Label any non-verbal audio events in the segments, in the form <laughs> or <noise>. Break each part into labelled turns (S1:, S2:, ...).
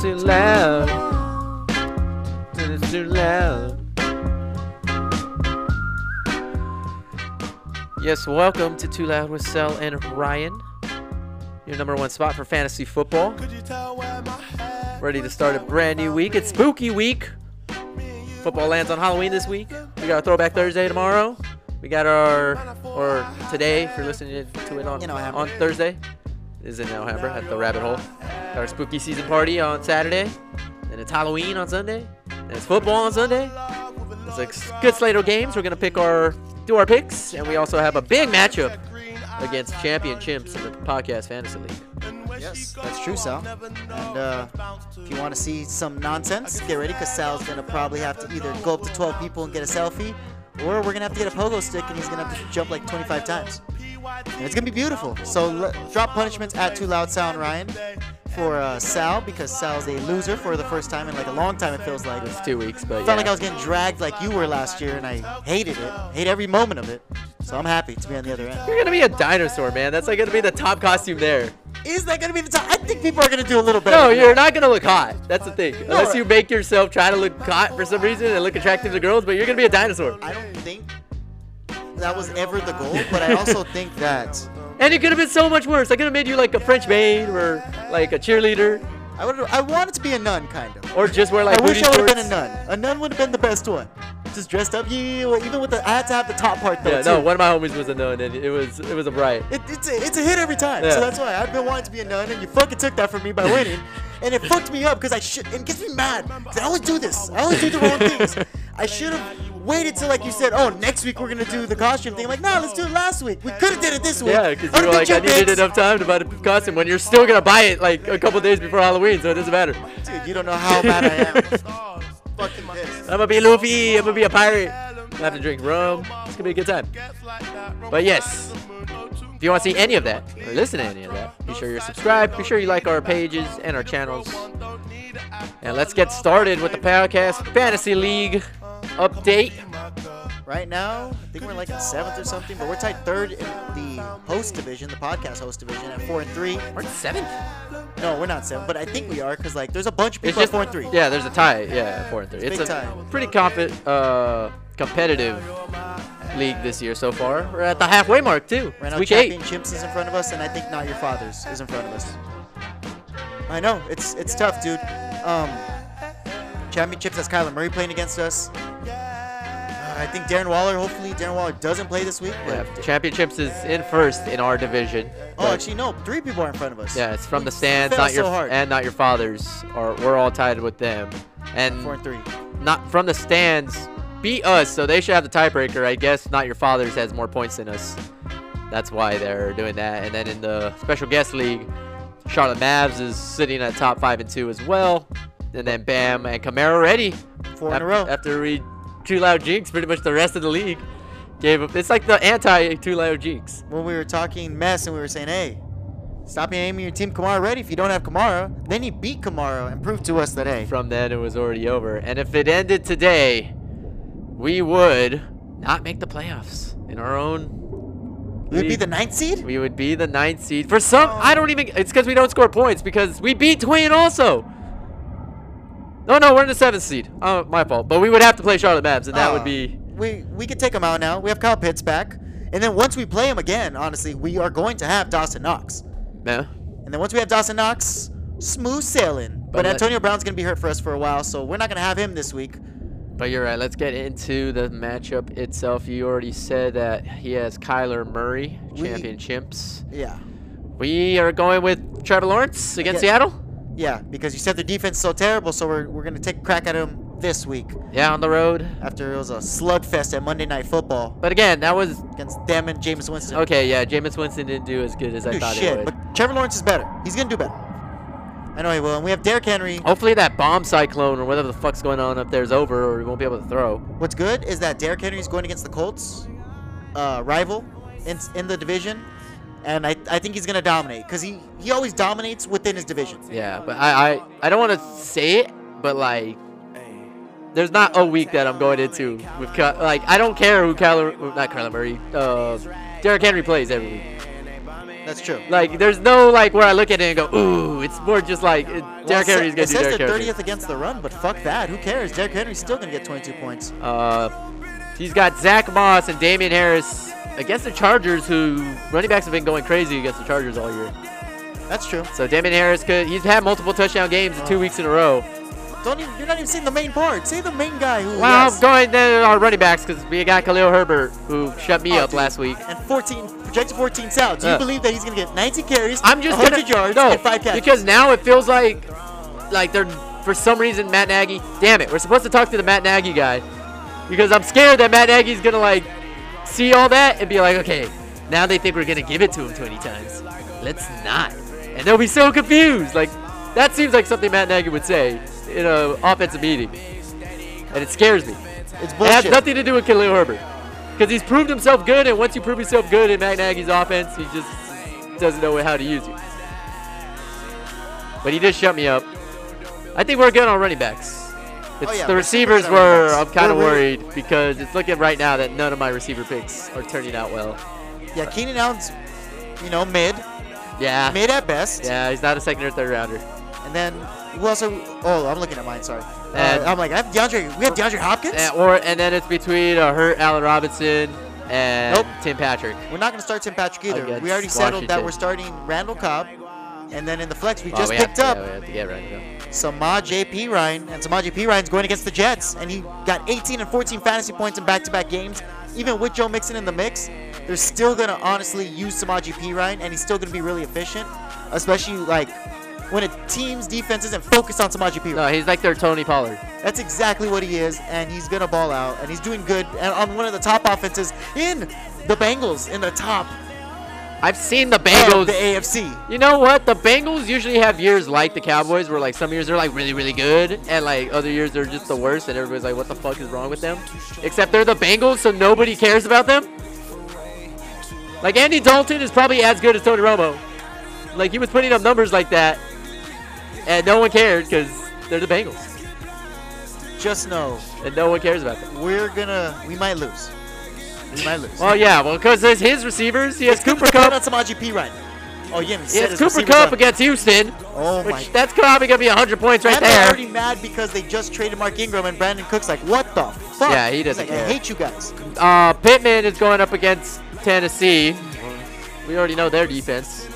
S1: too loud. When it's too loud. Yes, welcome to Too Loud with Sel and Ryan. Your number one spot for fantasy football. Ready to start a brand new week. It's spooky week. Football lands on Halloween this week. We got our Throwback Thursday tomorrow. We got our, or today, if you're listening to it on,
S2: In Alhambra.
S1: on Thursday, it is in Alhambra at the Rabbit Hole. Got our spooky season party on Saturday. And it's Halloween on Sunday. And it's football on Sunday. It's a s- good slate of games. We're going to pick our, do our picks. And we also have a big matchup against champion chimps in the podcast fantasy league.
S2: Yes, that's true, Sal. And uh, if you want to see some nonsense, get ready because Sal's going to probably have to either go up to 12 people and get a selfie, or we're going to have to get a pogo stick and he's going to have to jump like 25 times. And it's going to be beautiful. So l- drop punishments at Too Loud Sound Ryan for uh, Sal because Sal's a loser for the first time in like a long time, it feels like.
S1: It's two weeks, but
S2: I
S1: yeah.
S2: felt like I was getting dragged like you were last year, and I hated it. Hate every moment of it. So I'm happy to be on the other end.
S1: You're gonna be a dinosaur, man. That's like gonna be the top costume there.
S2: Is that gonna be the time? I think people are gonna do a little better.
S1: No,
S2: than
S1: you're
S2: that.
S1: not gonna look hot. That's the thing. Unless you make yourself try to look hot for some reason and look attractive to girls, but you're gonna be a dinosaur.
S2: I don't think that was ever the
S1: <laughs>
S2: goal, but I also think that
S1: And it could have been so much worse. I could have made you like a French maid or like a cheerleader
S2: I would. I wanted to be a nun, kind of.
S1: or just wear like
S2: I wish
S1: booty
S2: I would have
S1: shorts.
S2: been a nun. A nun would have been the best one. Just dressed up, yeah, yeah, yeah, even with the. I had to have the top part though
S1: Yeah, no,
S2: too.
S1: one of my homies was a nun, and it was it was a riot.
S2: It, it's, a, it's a hit every time.
S1: Yeah.
S2: So that's why I've been wanting to be a nun, and you fucking took that from me
S1: <laughs>
S2: by winning. and it fucked me up because I should. and It gets me mad. 'cause I always do this. I always do the wrong things. I should have waited till like you said. Oh, next week we're gonna do the costume thing. I'm like, no, let's do it last week. We could have did it this week.
S1: Yeah, because
S2: I
S1: you were
S2: would've been
S1: like, I
S2: your
S1: needed
S2: bitch."
S1: enough time to buy the costume when you're still gonna buy it like a couple days before Halloween, so it doesn't matter.
S2: Dude, you don't know how mad I am. <laughs>
S1: <laughs>
S2: fucking pissed.
S1: I'm gonna be Luffy. I'm gonna be a pirate. I'm gonna have to drink rum. It's gonna be a good time. But yes, if you want to see any of that or listen to any of that, be sure you're subscribed. Be sure you like our pages and our channels. And let's get started with the podcast fantasy league update.
S2: Right now, I think we're like in seventh or something, but we're tied third in the host division, the podcast host division, at four and three.
S1: We're in seventh.
S2: No, we're not seven, but I think we are because like there's a bunch of
S1: It's
S2: people at
S1: just
S2: four and three.
S1: Yeah, there's a tie. Yeah, four and three. It's
S2: Big
S1: a
S2: tie.
S1: pretty comp- uh, competitive league this year so far. We're at the halfway mark too.
S2: Right
S1: It's
S2: now,
S1: week
S2: Champion
S1: eight.
S2: Chimps is in front of us, and I think Not Your Father's is in front of us. I know it's it's tough, dude. Um, Champion Chimps has Kyler Murray playing against us. Uh, I think Darren Waller. Hopefully, Darren Waller doesn't play this week. But,
S1: Yeah, championships is in first in our division.
S2: oh,
S1: but-
S2: actually, no. Three people are in front of us.
S1: Yeah, it's from
S2: We
S1: the stands,
S2: fell
S1: not your
S2: so hard.
S1: and not your fathers. Or we're all tied with them,
S2: Four
S1: and
S2: and three.
S1: not from the stands beat us, so they should have the tiebreaker. I guess not your fathers has more points than us. That's why they're doing that. And then in the special guest league, Charlotte Mavs is sitting at top five and two as well. And then Bam and Camaro ready.
S2: Four in
S1: after,
S2: a row.
S1: After we too loud jinx, pretty much the rest of the league gave up. It's like the anti too loud jinx.
S2: when we were talking mess and we were saying, hey, stop aiming your team Kamara ready if you don't have Kamara. Then he beat Kamara and proved to us that, hey,
S1: from then it was already over. And if it ended today, we would not make the playoffs in our own.
S2: we'd be
S1: league.
S2: the ninth seed?
S1: We would be the ninth seed. For some, I don't even. It's because we don't score points because we beat Twain also. No, no, we're in the seventh seed. Oh, my fault. But we would have to play Charlotte Mavs, and that
S2: Uh,
S1: would be.
S2: We we could take him out now. We have Kyle Pitts back, and then once we play him again, honestly, we are going to have Dawson Knox.
S1: Yeah.
S2: And then once we have Dawson Knox, smooth sailing. But,
S1: let-
S2: Antonio Brown's gonna be hurt for us for a while, so we're not gonna have him this week.
S1: But you're right. Let's get into the matchup itself. You already said that he has Kyler Murray,
S2: We-
S1: champion chimps.
S2: Yeah,
S1: We are going with Trevor Lawrence against
S2: Yeah.
S1: Seattle.
S2: yeah, because you said their defense is so terrible, so we're we're gonna take a crack at him this week
S1: Yeah, on the road.
S2: after it was a slugfest at Monday Night Football
S1: But again, that was
S2: against them and James Winston.
S1: Okay, yeah, Jameis Winston didn't do as good as I
S2: do
S1: thought he
S2: Oh, shit,
S1: would.
S2: but Trevor Lawrence is better. He's gonna do better. I know he will. And we have Derrick Henry.
S1: Hopefully that bomb cyclone or whatever the fuck's going on up there is over, or we won't be able to throw.
S2: What's good is that Derrick Henry is going against the Colts, uh, rival in, in the division, and I, I think he's going to dominate because he, he always dominates within his division.
S1: Yeah, but I I, I don't want to say it, but like, there's not a week that I'm going into with Ky- like I don't care who Kyler, not Kyler Murray, uh, Derrick Henry plays every week.
S2: That's true.
S1: Like, there's no like where I look at it and go, ooh. It's more just like it, Derrick
S2: Well, it
S1: Henry's
S2: sa-
S1: gonna
S2: it
S1: do
S2: says
S1: Derrick
S2: they're
S1: Henry.
S2: 30th against the run, but fuck that. Who cares? Derrick Henry's still going to get 22 points.
S1: Uh, he's got Zach Moss and Damian Harris against the Chargers, who running backs have been going crazy against the Chargers all year.
S2: That's true.
S1: So Damian Harris could he's had multiple touchdown games
S2: Oh.
S1: in two weeks in a row.
S2: Don't even, you're not even seeing the main part. See the main guy who.
S1: Well,
S2: yes.
S1: I'm going to our running backs because we got Khalil Herbert who shut me
S2: Oh,
S1: up
S2: dude.
S1: last week.
S2: And 14 projected 14 sacks. Do you
S1: Yeah.
S2: believe that he's going to get 90 carries,
S1: I'm just
S2: 100
S1: gonna
S2: yards,
S1: no
S2: and five catches?
S1: because now it feels like like they're for some reason Matt Nagy. Damn it, we're supposed to talk to the Matt Nagy guy because I'm scared that Matt Nagy's gonna like see all that and be like, okay, now they think we're gonna give it to him 20 times. Let's not, and they'll be so confused. Like that seems like something Matt Nagy would say in an offensive meeting, and it scares me.
S2: it's
S1: It has
S2: bullshit.
S1: nothing to do with Khalil Herbert. Because he's proved himself good, and once you prove yourself good in Matt Nagy's offense, he just doesn't know how to use you. But he did shut me up. I think we're good on running backs. It's
S2: Oh, yeah,
S1: the
S2: we're super
S1: receivers
S2: good on running
S1: were, I'm
S2: backs.
S1: kind of
S2: We're really-
S1: worried because it's looking right now that none of my receiver picks are turning out well.
S2: yeah, Keenan Allen's, you know, mid,
S1: Yeah.
S2: mid at best.
S1: Yeah, he's not a second or third rounder.
S2: And then who else? Are we, oh, I'm looking at mine. Sorry. Uh,
S1: And-
S2: I'm like, I have DeAndre. We have DeAndre Hopkins.
S1: And, or, and then it's between uh, Hurt Allen Robinson and
S2: Nope.
S1: Tim Patrick.
S2: We're not going to start Tim Patrick either.
S1: Against
S2: We already settled that
S1: Washington.
S2: we're starting Randall Cobb. And then in the flex, we
S1: Well,
S2: just
S1: we have
S2: picked
S1: to-
S2: up
S1: yeah, we have to get right now.
S2: Samaj P. Ryan. And Samaj P. Ryan's going against the Jets. And he got 18 and 14 fantasy points in back to back games. Even with Joe Mixon in the mix, they're still going to honestly use Samaj P. Ryan. And he's still going to be really efficient, especially like when a team's defense isn't focused on Samaj P.
S1: No,
S2: Ryan.
S1: he's like their Tony Pollard.
S2: That's exactly what he is. And he's going to ball out. And he's doing good and on one of the top offenses in the Bengals, in the top
S1: I've seen the
S2: of
S1: Bengals.
S2: the AFC.
S1: You know what? The Bengals usually have years like the Cowboys, where like some years they're like really, really good, and like other years they're just the worst, and everybody's like, "What the fuck is wrong with them?" Except they're the Bengals, so nobody cares about them. Like Andy Dalton is probably as good as Tony Romo. Like he was putting up numbers like that, and no one cared because they're the Bengals,
S2: Just know
S1: and no one cares about them.
S2: we're gonna we might lose. We might lose.
S1: Well, yeah, well, because there's his receivers. He has Cooper
S2: Depend on
S1: Cup.
S2: some IGP right Oh yeah,
S1: He has Cooper Cup against Houston,
S2: Oh my.
S1: which that's probably gonna be 100 points right
S2: I'm
S1: there.
S2: already mad because they just traded Mark Ingram and Brandon Cook's like, what the fuck?
S1: Yeah, he
S2: He's
S1: doesn't
S2: like, I
S1: care.
S2: hate you guys.
S1: Uh, Pittman is going up against Tennessee. We already know their defense.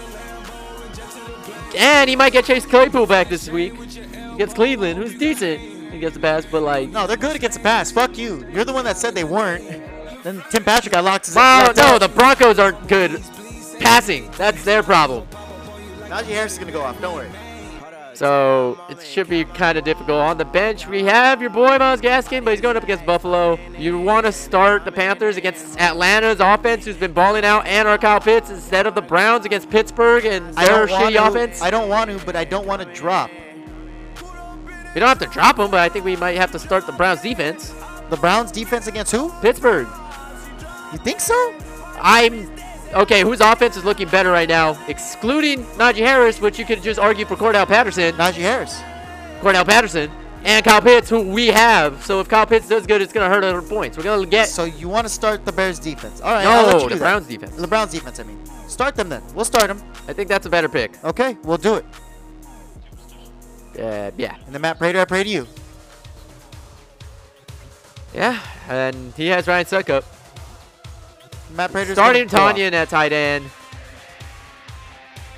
S1: And he might get Chase Claypool back this week against Cleveland, who's decent against the pass, but like.
S2: No, they're good against the pass. Fuck you. You're the one that said they weren't. Then Tim Patrick got locked.
S1: Well,
S2: locked
S1: Oh, no,
S2: up.
S1: the Broncos aren't good passing. That's their problem.
S2: Najee Harris is gonna go off. Don't worry.
S1: So it should be kind of difficult. On the bench, we have your boy Miles Gaskin, but he's going up against Buffalo. You want to start the Panthers against Atlanta's offense, who's been balling out, and our Kyle Pitts instead of the Browns against Pittsburgh and
S2: I
S1: their
S2: don't want
S1: shitty
S2: to.
S1: offense.
S2: I don't want to, but I don't want to drop.
S1: We don't have to drop them, but I think we might have to start the Browns defense.
S2: The Browns defense against who?
S1: Pittsburgh.
S2: You think so?
S1: I'm okay. Whose offense is looking better right now, excluding Najee Harris, which you could just argue for Cordell Patterson,
S2: Najee Harris.
S1: Cordell Patterson, and Kyle Pitts, who we have. So if Kyle Pitts does good, it's gonna hurt our points. We're gonna get
S2: So you want to start the Bears defense? All right. I'll let you
S1: no
S2: do
S1: the
S2: that.
S1: Browns defense.
S2: The Browns defense, I mean. Start them then. We'll start them.
S1: I think that's a better pick.
S2: Okay, we'll do it.
S1: Uh, yeah,
S2: And then Matt Prater, I pray to you.
S1: yeah, and he has Ryan Suckup
S2: Matt Prater's
S1: starting
S2: gonna go
S1: Tanya at tight end.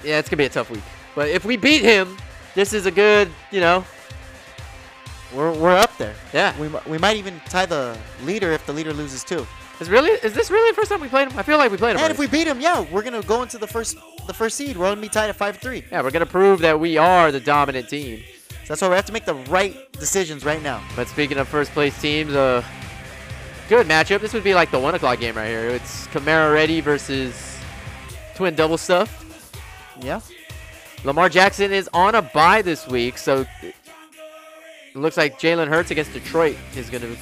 S1: Yeah, it's gonna be a tough week. But if we beat him, this is a good, you know,
S2: off. We're, we're up there.
S1: yeah.
S2: We, mi- we might even tie the leader if the leader loses too.
S1: Is really is this really the first time we played him? I feel like we played him.
S2: And if
S1: already.
S2: we beat him, yeah, we're gonna go into the first the first seed. We're gonna be tied at five three.
S1: yeah, we're gonna prove that we are the dominant team.
S2: That's why we have to make the right decisions right now.
S1: But speaking of first place teams, uh, good matchup. This would be like the one o'clock game right here. It's Camaro Ready versus Twin Double Stuff.
S2: Yeah.
S1: Lamar Jackson is on a bye this week, so it looks like Jalen Hurts against Detroit is gonna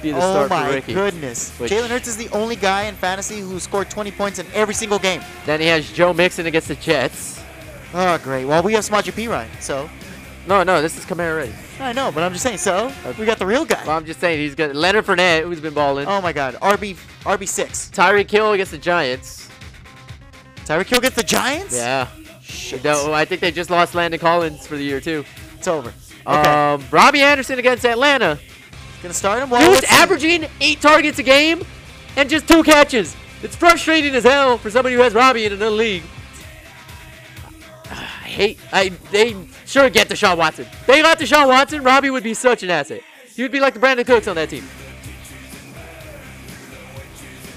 S1: be the
S2: Oh
S1: start
S2: my
S1: for Ricky.
S2: goodness.
S1: Which-
S2: Jalen Hurts is the only guy in fantasy who scored 20 points in every single game.
S1: Then he has Joe Mixon against the Jets.
S2: Oh great. Well, we have Smaji P Ryan, so
S1: No, no, this is Camaro Ready.
S2: I know, but I'm just saying. So we got the real guy.
S1: Well, I'm just saying he's got Leonard Fournette, who's been balling.
S2: Oh my God, RB RB six.
S1: Tyreek Hill against the Giants.
S2: Tyreek Hill gets the Giants?
S1: Yeah.
S2: Shit.
S1: No, I think they just lost Landon Collins for the year too.
S2: It's over. Okay.
S1: Um, Robbie Anderson against Atlanta.
S2: Gonna start him?
S1: Dude's
S2: what's-
S1: averaging eight targets a game and just two catches. It's frustrating as hell for somebody who has Robbie in another league. I hate. I they sure get Deshaun Watson. They got Deshaun Watson. Robbie would be such an asset. He would be like the Brandon Cooks on that team.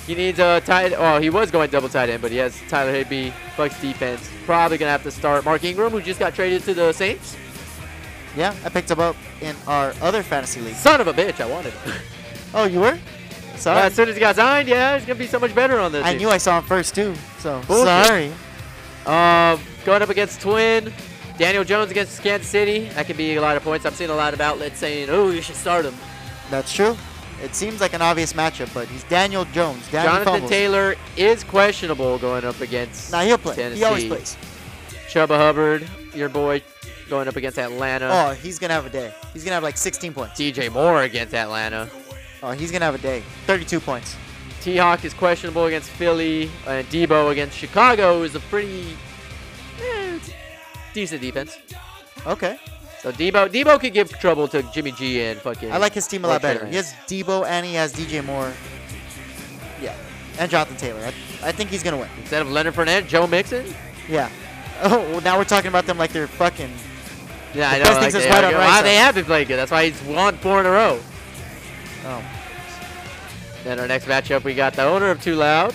S1: He needs a tight. Oh, he was going double tight end, but he has Tyler Higby. Bucks defense probably gonna have to start Mark Ingram, who just got traded to the Saints.
S2: Yeah, I picked him up in our other fantasy league.
S1: Son of a bitch, I wanted him. <laughs>
S2: Oh, you were? Sorry.
S1: Uh, as soon as he got signed, yeah, it's gonna be so much better on this.
S2: I
S1: team.
S2: knew I saw him first too, so
S1: Bullshit.
S2: sorry.
S1: Um, going up against Twin, Daniel Jones against Kansas City. That could be a lot of points. I've seen a lot of outlets saying, "Oh, you should start him."
S2: That's true. It seems like an obvious matchup, but he's Daniel Jones. Daniel
S1: Jonathan
S2: fumbles.
S1: Taylor is questionable going up against.
S2: Nah, he'll play.
S1: Tennessee.
S2: He always plays.
S1: Chuba Hubbard, your boy, going up against Atlanta.
S2: Oh, he's gonna have a day. He's gonna have like 16 points.
S1: DJ Moore against Atlanta.
S2: Oh, he's gonna have a day. 32 points.
S1: T Hawk is questionable against Philly, and Debo against Chicago is a pretty eh, decent defense.
S2: Okay.
S1: So Debo, Debo could give trouble to Jimmy G and fucking.
S2: I like his team a lot
S1: Trey
S2: better. He
S1: Lance.
S2: has Debo and he has DJ Moore. Yeah. And Jonathan Taylor. I, I think he's gonna win.
S1: Instead of Leonard Fournette, Joe Mixon.
S2: Yeah. Oh, well, now we're talking about them like they're fucking.
S1: Yeah,
S2: The
S1: I know.
S2: best
S1: Like,
S2: things is
S1: they,
S2: right
S1: are
S2: on
S1: good.
S2: right
S1: Wow,
S2: side.
S1: they have been playing good. That's why he's won four in a row.
S2: Oh,
S1: Then our next matchup, we got the owner of Too Loud,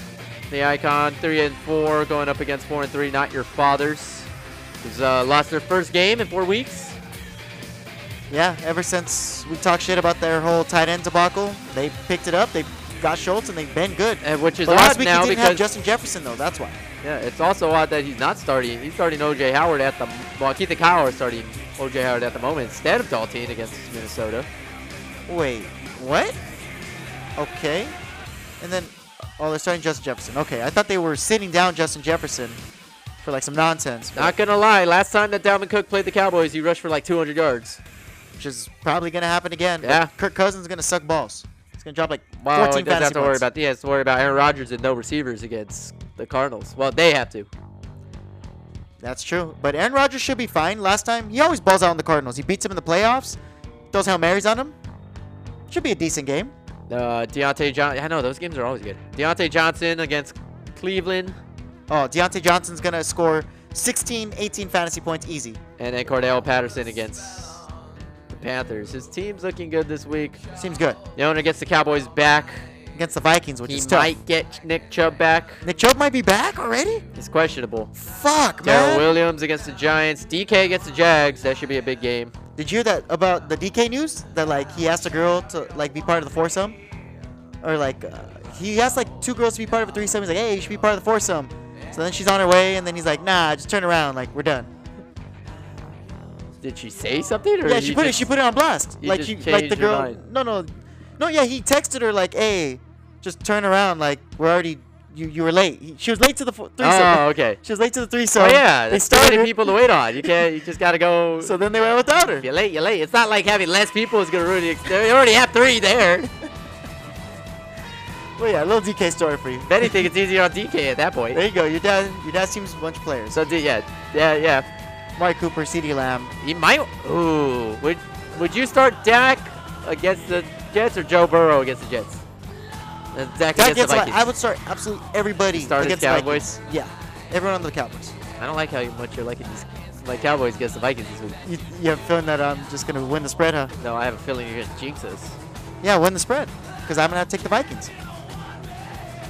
S1: the icon three and four going up against four and three. Not your fathers, who's uh, lost their first game in four weeks.
S2: yeah. Ever since we talked shit about their whole tight end debacle, they picked it up. They got Schultz and they've been good.
S1: And eh, which is
S2: But
S1: odd
S2: last week
S1: now
S2: he didn't
S1: because
S2: have Justin Jefferson though. That's why.
S1: yeah, it's also odd that he's not starting. He's starting OJ Howard at the well, Keith Howard is starting OJ Howard at the moment instead of Dalton against Minnesota.
S2: Wait, what? Okay. And then, oh, they're starting Justin Jefferson. Okay, I thought they were sitting down Justin Jefferson for like some nonsense, but-
S1: Not gonna lie, last time that Dalvin Cook played the Cowboys, he rushed for like 200 yards.
S2: which is probably gonna happen again. but
S1: Yeah.
S2: Kirk Cousins is gonna suck balls. He's gonna drop like 14
S1: Well, he doesn't
S2: fantasy
S1: have to worry
S2: points.
S1: about. He has to worry about Aaron Rodgers and no receivers against the Cardinals. Well, they have to.
S2: That's true. But Aaron Rodgers should be fine. Last time, he always balls out on the Cardinals. He beats him in the playoffs. Throws hail marys on him. Should be a decent game.
S1: Uh, Deontay Johnson. I know those games are always good. Deontay Johnson against Cleveland,
S2: Oh, Deontay Johnson's gonna score 16, 18 fantasy points easy.
S1: and then Cordell Patterson against the Panthers. His team's looking good this week.
S2: Seems good
S1: The owner gets the Cowboys back.
S2: against the Vikings, which
S1: He
S2: is tough.
S1: might get Nick Chubb back.
S2: Nick Chubb might be back already.
S1: It's questionable.
S2: Fuck,
S1: Darrell
S2: man.
S1: Williams against the Giants. DK against the Jags. That should be a big game.
S2: Did you hear that about the DK news? That like he asked a girl to like be part of the foursome, or like uh, he asked like two girls to be part of a threesome. He's like, hey, you should be part of the foursome. So then she's on her way, and then he's like, nah, just turn around, like we're done.
S1: Did she say something? Or
S2: Yeah,
S1: he
S2: she put it.
S1: just-
S2: She put it on blast.
S1: you
S2: like
S1: just
S2: he, like the
S1: changed your
S2: girl.
S1: mind.
S2: No, no, no. Yeah, he texted her like, hey, just turn around, like we're already. You, you were late. He- She was late to the fo- threesome.
S1: Oh, okay.
S2: She was late to the threesome.
S1: Oh yeah,
S2: They
S1: that's too many
S2: started.
S1: people to wait on. You can't. You just gotta go.
S2: <laughs> So then they went without her.
S1: You're late. You're late. It's not like having less people is gonna ruin it. They already have three there.
S2: Well, yeah, a little DK story for you.
S1: If anything, it's easier on DK at that point.
S2: There you go. Your dad. Your dad seems a bunch of players.
S1: So d- yeah, yeah, yeah.
S2: Mark Cooper, CeeDee Lamb.
S1: He might. Ooh, would would you start Dak against the Jets or Joe Burrow against the Jets? Uh, Dak,
S2: That
S1: against the
S2: gets like,
S1: Vikings.
S2: I would start absolutely everybody
S1: Start his
S2: against the
S1: Cowboys?
S2: Vikings. Yeah, everyone on the Cowboys.
S1: I don't like how much you're liking these. My Cowboys against the Vikings this week.
S2: You, you have a feeling that I'm just gonna win the spread, huh?
S1: No, I have a feeling you're gonna jinx us.
S2: Yeah, win the spread, because I'm gonna have to take the Vikings.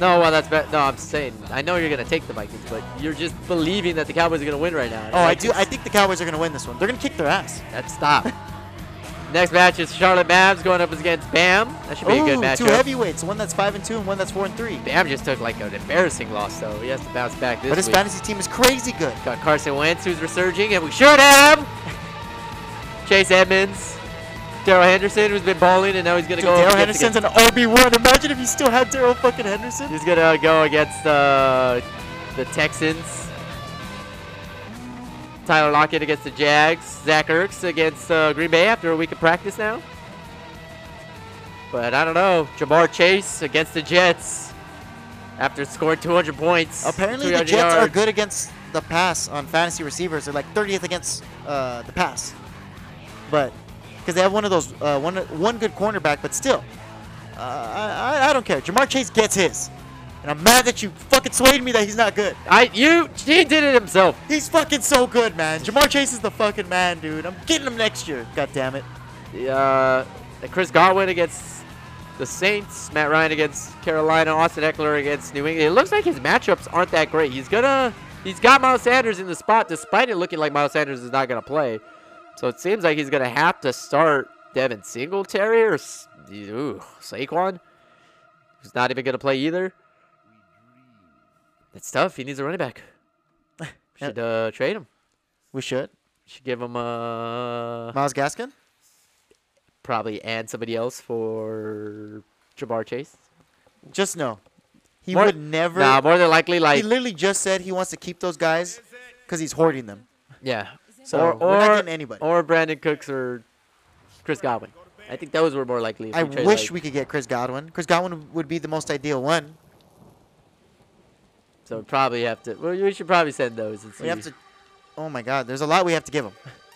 S1: No, well that's bad. No, I'm saying I know you're gonna take the Vikings, but you're just believing that the Cowboys are gonna win right now.
S2: Oh, I do. I think the Cowboys are gonna win this one. They're gonna kick their ass.
S1: That's stop. Next match is Charlotte Mavs going up against Bam. That should be a good
S2: Ooh,
S1: matchup.
S2: two heavyweights. One that's five and two, and one that's four and three.
S1: Bam just took like an embarrassing loss, though. He has to bounce back this
S2: But his
S1: week.
S2: fantasy team is crazy good.
S1: Got Carson Wentz who's resurging, and we should have Chase Edmonds, Daryl Henderson who's been balling, and now he's gonna
S2: Dude,
S1: go.
S2: Daryl
S1: against-
S2: Henderson's an RB one. Imagine if he still had Daryl fucking Henderson.
S1: he's gonna go against uh, the Texans. Tyler Lockett against the Jags. Zach Ertz against uh, Green Bay after a week of practice now. But I don't know. Jamar Chase against the Jets. after scoring 200 points.
S2: Apparently, the
S1: 300
S2: Jets are
S1: yards.
S2: good against the pass on fantasy receivers. They're like 30th against uh, the pass, but because they have one of those uh, one one good cornerback, but still, uh, I, I- I don't care. Jamar Chase gets his, and I'm mad that you fucking swayed me that he's not good.
S1: I you he did it himself.
S2: He's fucking so good, man. Jamar Chase is the fucking man, dude. I'm getting him next year. God damn it.
S1: Uh, Chris Godwin against the Saints, Matt Ryan against Carolina, Austin Eckler against New England. It looks like his matchups aren't that great. He's gonna he's got Miles Sanders in the spot, despite it looking like Miles Sanders is not gonna play. So it seems like he's gonna have to start Devin Singletary or S- ooh, Saquon, who's not even gonna play either. It's tough. He needs a running back. Should uh, trade him.
S2: We should.
S1: Should give him uh,
S2: Miles Gaskin.
S1: probably add somebody else for Jabbar Chase.
S2: Just no. He
S1: More-
S2: would never.
S1: Nah, more than likely,
S2: he
S1: like
S2: literally just said he wants to keep those guys because he's hoarding them.
S1: yeah,
S2: So
S1: or
S2: we're not
S1: or-
S2: getting anybody.
S1: or Brandon Cooks or Chris Godwin. I think those were more likely. if
S2: I
S1: we trade,
S2: wish
S1: like-
S2: we could get Chris Godwin. Chris Godwin would be the most ideal one.
S1: So we probably have to. Well, we should probably send those. And see.
S2: We have to. Oh my God, there's a lot we have to give him.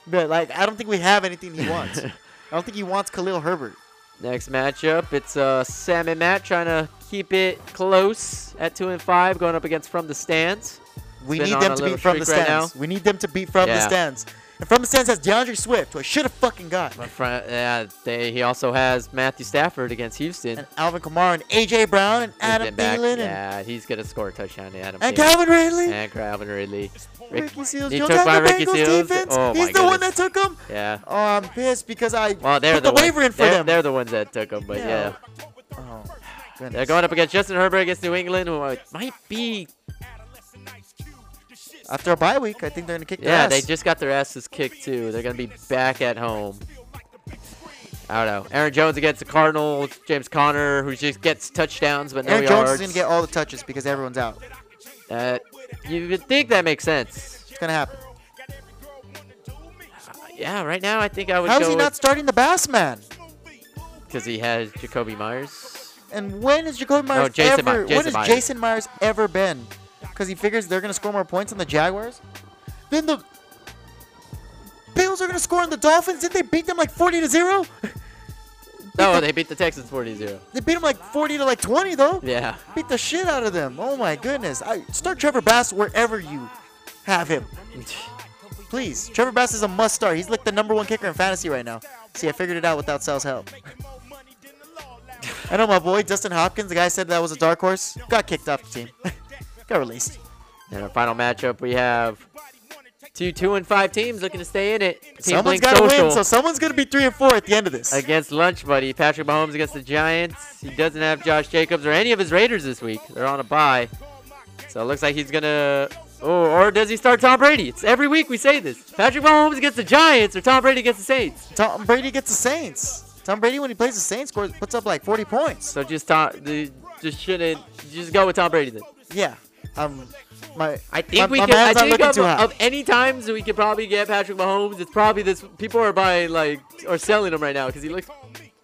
S2: But like, I don't think we have anything he
S1: <laughs>
S2: wants. I don't think he wants Khalil Herbert.
S1: Next matchup, it's uh, Sam and Matt trying to keep it close at two and five, going up against from the stands.
S2: We
S1: Been
S2: need
S1: on
S2: them
S1: a
S2: to
S1: little
S2: beat from the
S1: streak right
S2: stands.
S1: now.
S2: we need them to beat from the
S1: Yeah.
S2: stands. And from the stands has DeAndre Swift, who I should have fucking got,
S1: My friend, yeah, they, he also has Matthew Stafford against Houston.
S2: and Alvin Kamara and AJ Brown and
S1: He's
S2: Adam
S1: been back.
S2: Thielen and,
S1: yeah, he's gonna score a touchdown to Adam.
S2: and
S1: Thielen.
S2: Calvin Ridley.
S1: and Calvin Ridley. Rick-
S2: Ricky Seals,
S1: he
S2: Jones
S1: took
S2: took
S1: my
S2: the
S1: Ricky
S2: Bengals
S1: Seals.
S2: defense.
S1: Oh
S2: He's
S1: my
S2: the one that
S1: goodness.
S2: took him.
S1: Yeah.
S2: Oh, I'm pissed because I
S1: Well, they're
S2: put
S1: the,
S2: the,
S1: ones-
S2: waiver in for
S1: they're,
S2: them.
S1: They're the ones that took him, but yeah.
S2: Yeah. Oh,
S1: They're
S2: goodness.
S1: going up against Justin Herbert against New England, who might- might be.
S2: After a bye week, I think they're gonna kick
S1: Yeah,
S2: their ass.
S1: they just got their asses kicked, too. They're going to be back at home. I don't know. Aaron Jones against the Cardinals. James Conner, who just gets touchdowns but no
S2: Aaron Jones
S1: yards.
S2: is gonna get all the touches because everyone's out.
S1: Uh, you would think that makes sense.
S2: It's gonna happen.
S1: Yeah, right now I think I would
S2: How is
S1: go
S2: he not starting the Bass Man?
S1: because he has Jacoby Myers.
S2: And when is Jacoby Myers
S1: Jason
S2: ever?
S1: Myers-
S2: when
S1: Jason
S2: has
S1: Myers.
S2: Jason Myers ever been? Because he figures they're gonna score more points on the Jaguars. Then the Bills are gonna score on the Dolphins. Did they beat them like 40 to zero?
S1: No, Oh, they beat the Texans 40-0.
S2: They beat them like 40 to like 20 though. <laughs>
S1: Yeah.
S2: Beat the shit out of them. Oh my goodness. I start Trevor Bass wherever you have him. Please. Trevor Bass is a must start. He's like the number one kicker in fantasy right now. See, I figured it out without Sal's help. I know my boy Dustin Hopkins, the guy said that was a dark horse, got kicked off the team. <laughs> got released.
S1: And our final matchup, we have two two and five teams looking to stay in it. Team
S2: Someone's
S1: Blink
S2: got to
S1: Social
S2: win, so someone's going to be 3 and 4 at the end of this.
S1: against Lunch Buddy. Patrick Mahomes against the Giants. He doesn't have Josh Jacobs or any of his Raiders this week. They're on a bye, so it looks like he's gonna. Oh, or does he start Tom Brady? It's every week we say this. Patrick Mahomes against the Giants or Tom Brady against the Saints.
S2: Tom Brady gets the Saints. Tom Brady, when he plays the Saints, scores, puts up like 40 points.
S1: So just Tom, the- just shouldn't just go with Tom Brady then.
S2: Yeah. Um, my,
S1: I think
S2: my,
S1: we
S2: my
S1: could. I
S2: man's not
S1: think
S2: looking
S1: of,
S2: too hot.
S1: of any times we could probably get Patrick Mahomes. It's probably this. People are buying like or selling him right now because he looks.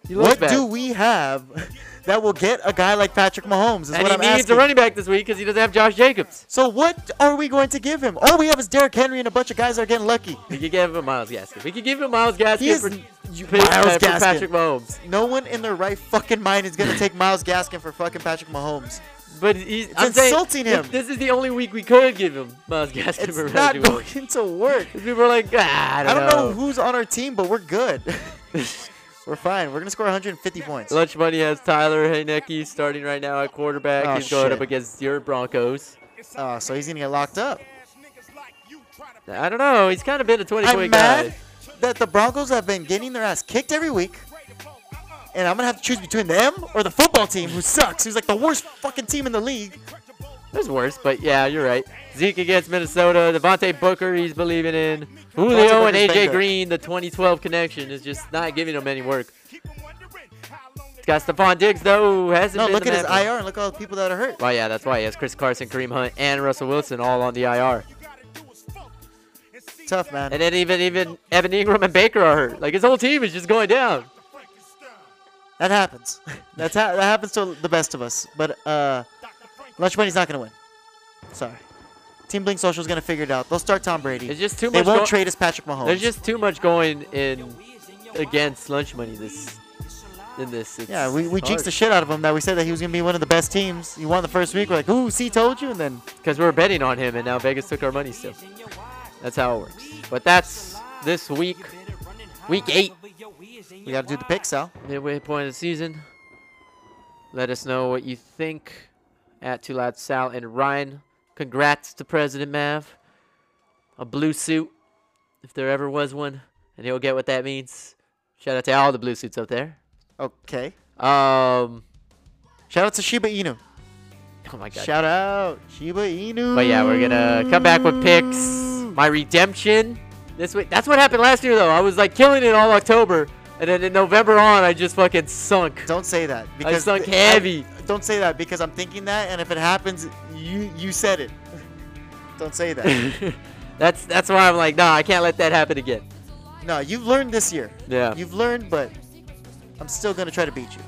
S1: He looks
S2: What
S1: bad.
S2: do we have <laughs> that will get a guy like Patrick Mahomes? Is
S1: and
S2: what
S1: he
S2: I'm
S1: needs
S2: asking.
S1: a running back this week because he doesn't have Josh Jacobs.
S2: So what are we going to give him? All we have is Derrick Henry and a bunch of guys that are getting lucky.
S1: We could give him Miles Gaskin. We could give him Miles Gaskin
S2: He is-
S1: for,
S2: you-
S1: for-
S2: Myles
S1: for
S2: Gaskin.
S1: Patrick Mahomes.
S2: No one in their right fucking mind is gonna take Miles Gaskin for fucking Patrick Mahomes.
S1: But he's I'm saying,
S2: insulting him.
S1: th- This is the only week we could give him Miles Gaskin
S2: It's
S1: for
S2: not
S1: Patrick Mahomes.
S2: going to work.
S1: 'Cause People are like, ah, I
S2: I
S1: don't,
S2: don't know who's on our team, but we're good. <laughs> we're fine. We're gonna score 150
S1: <laughs>
S2: points.
S1: Lunch Money has Tyler Haneke starting right now at quarterback.
S2: Oh,
S1: he's going
S2: shit.
S1: up against your Broncos.
S2: Oh, so he's gonna get locked up.
S1: I don't know. He's kind of been a 20
S2: I'm
S1: point
S2: mad
S1: guy.
S2: that the Broncos have been getting their ass kicked every week. And I'm gonna have to choose between them or the football team, who sucks, who's like the worst fucking team in the league.
S1: There's worse, but yeah, you're right. Zeke against Minnesota. Devontae Booker, he's believing in. Julio
S2: Devontae
S1: and
S2: Booker's banged
S1: AJ
S2: up.
S1: Green, the 2012 connection, is just not giving him any work. It's got Stephon Diggs, though, who hasn't
S2: No,
S1: been
S2: look
S1: the
S2: at his
S1: man for-
S2: IR and look at all the people that are hurt.
S1: Well, yeah, that's why he has Chris Carson, Kareem Hunt, and Russell Wilson all on the IR.
S2: Tough man.
S1: And then even even Evan Ingram and Baker are hurt. Like, his whole team is just going down.
S2: That happens. That's ha- that happens to the best of us. But uh, Lunch Money's not going to win. Sorry. Team Blink Social's going to figure it out. They'll start Tom Brady.
S1: It's just too
S2: they
S1: much
S2: won't
S1: go-
S2: trade as Patrick Mahomes.
S1: There's just too much going in against lunch money this in this. It's
S2: yeah, we, we jinxed the
S1: hard.
S2: shit out of him that we said that he was going to be one of the best teams. He won the first week. We're like, ooh, see, told you. And then
S1: because we were betting on him, and now Vegas took our money still. That's how it works. But that's this week, week eight,
S2: we got to do the picks, Sal.
S1: midway point of the season. Let us know what you think at Too Loud Sal and Ryan. Congrats to President Mav. A blue suit, if there ever was one, and he'll get what that means. Shout out to all the blue suits up there.
S2: Okay.
S1: Um,
S2: Shout out to Shiba Inu.
S1: oh my God.
S2: Shout out Shiba Inu.
S1: But yeah, we're gonna come back with picks. My redemption this week. That's what happened last year though. I was like killing it all October, and then in November on, I just fucking sunk. <laughs>
S2: Don't say that because
S1: sunk
S2: th-
S1: heavy.
S2: I- don't say that because I'm thinking that, and if it happens, you you said it. don't say
S1: <laughs>
S2: that.
S1: that's that's why I'm like, nah, I can't let that happen again.
S2: no, you've learned this year.
S1: Yeah.
S2: You've learned, but I'm still gonna try to beat you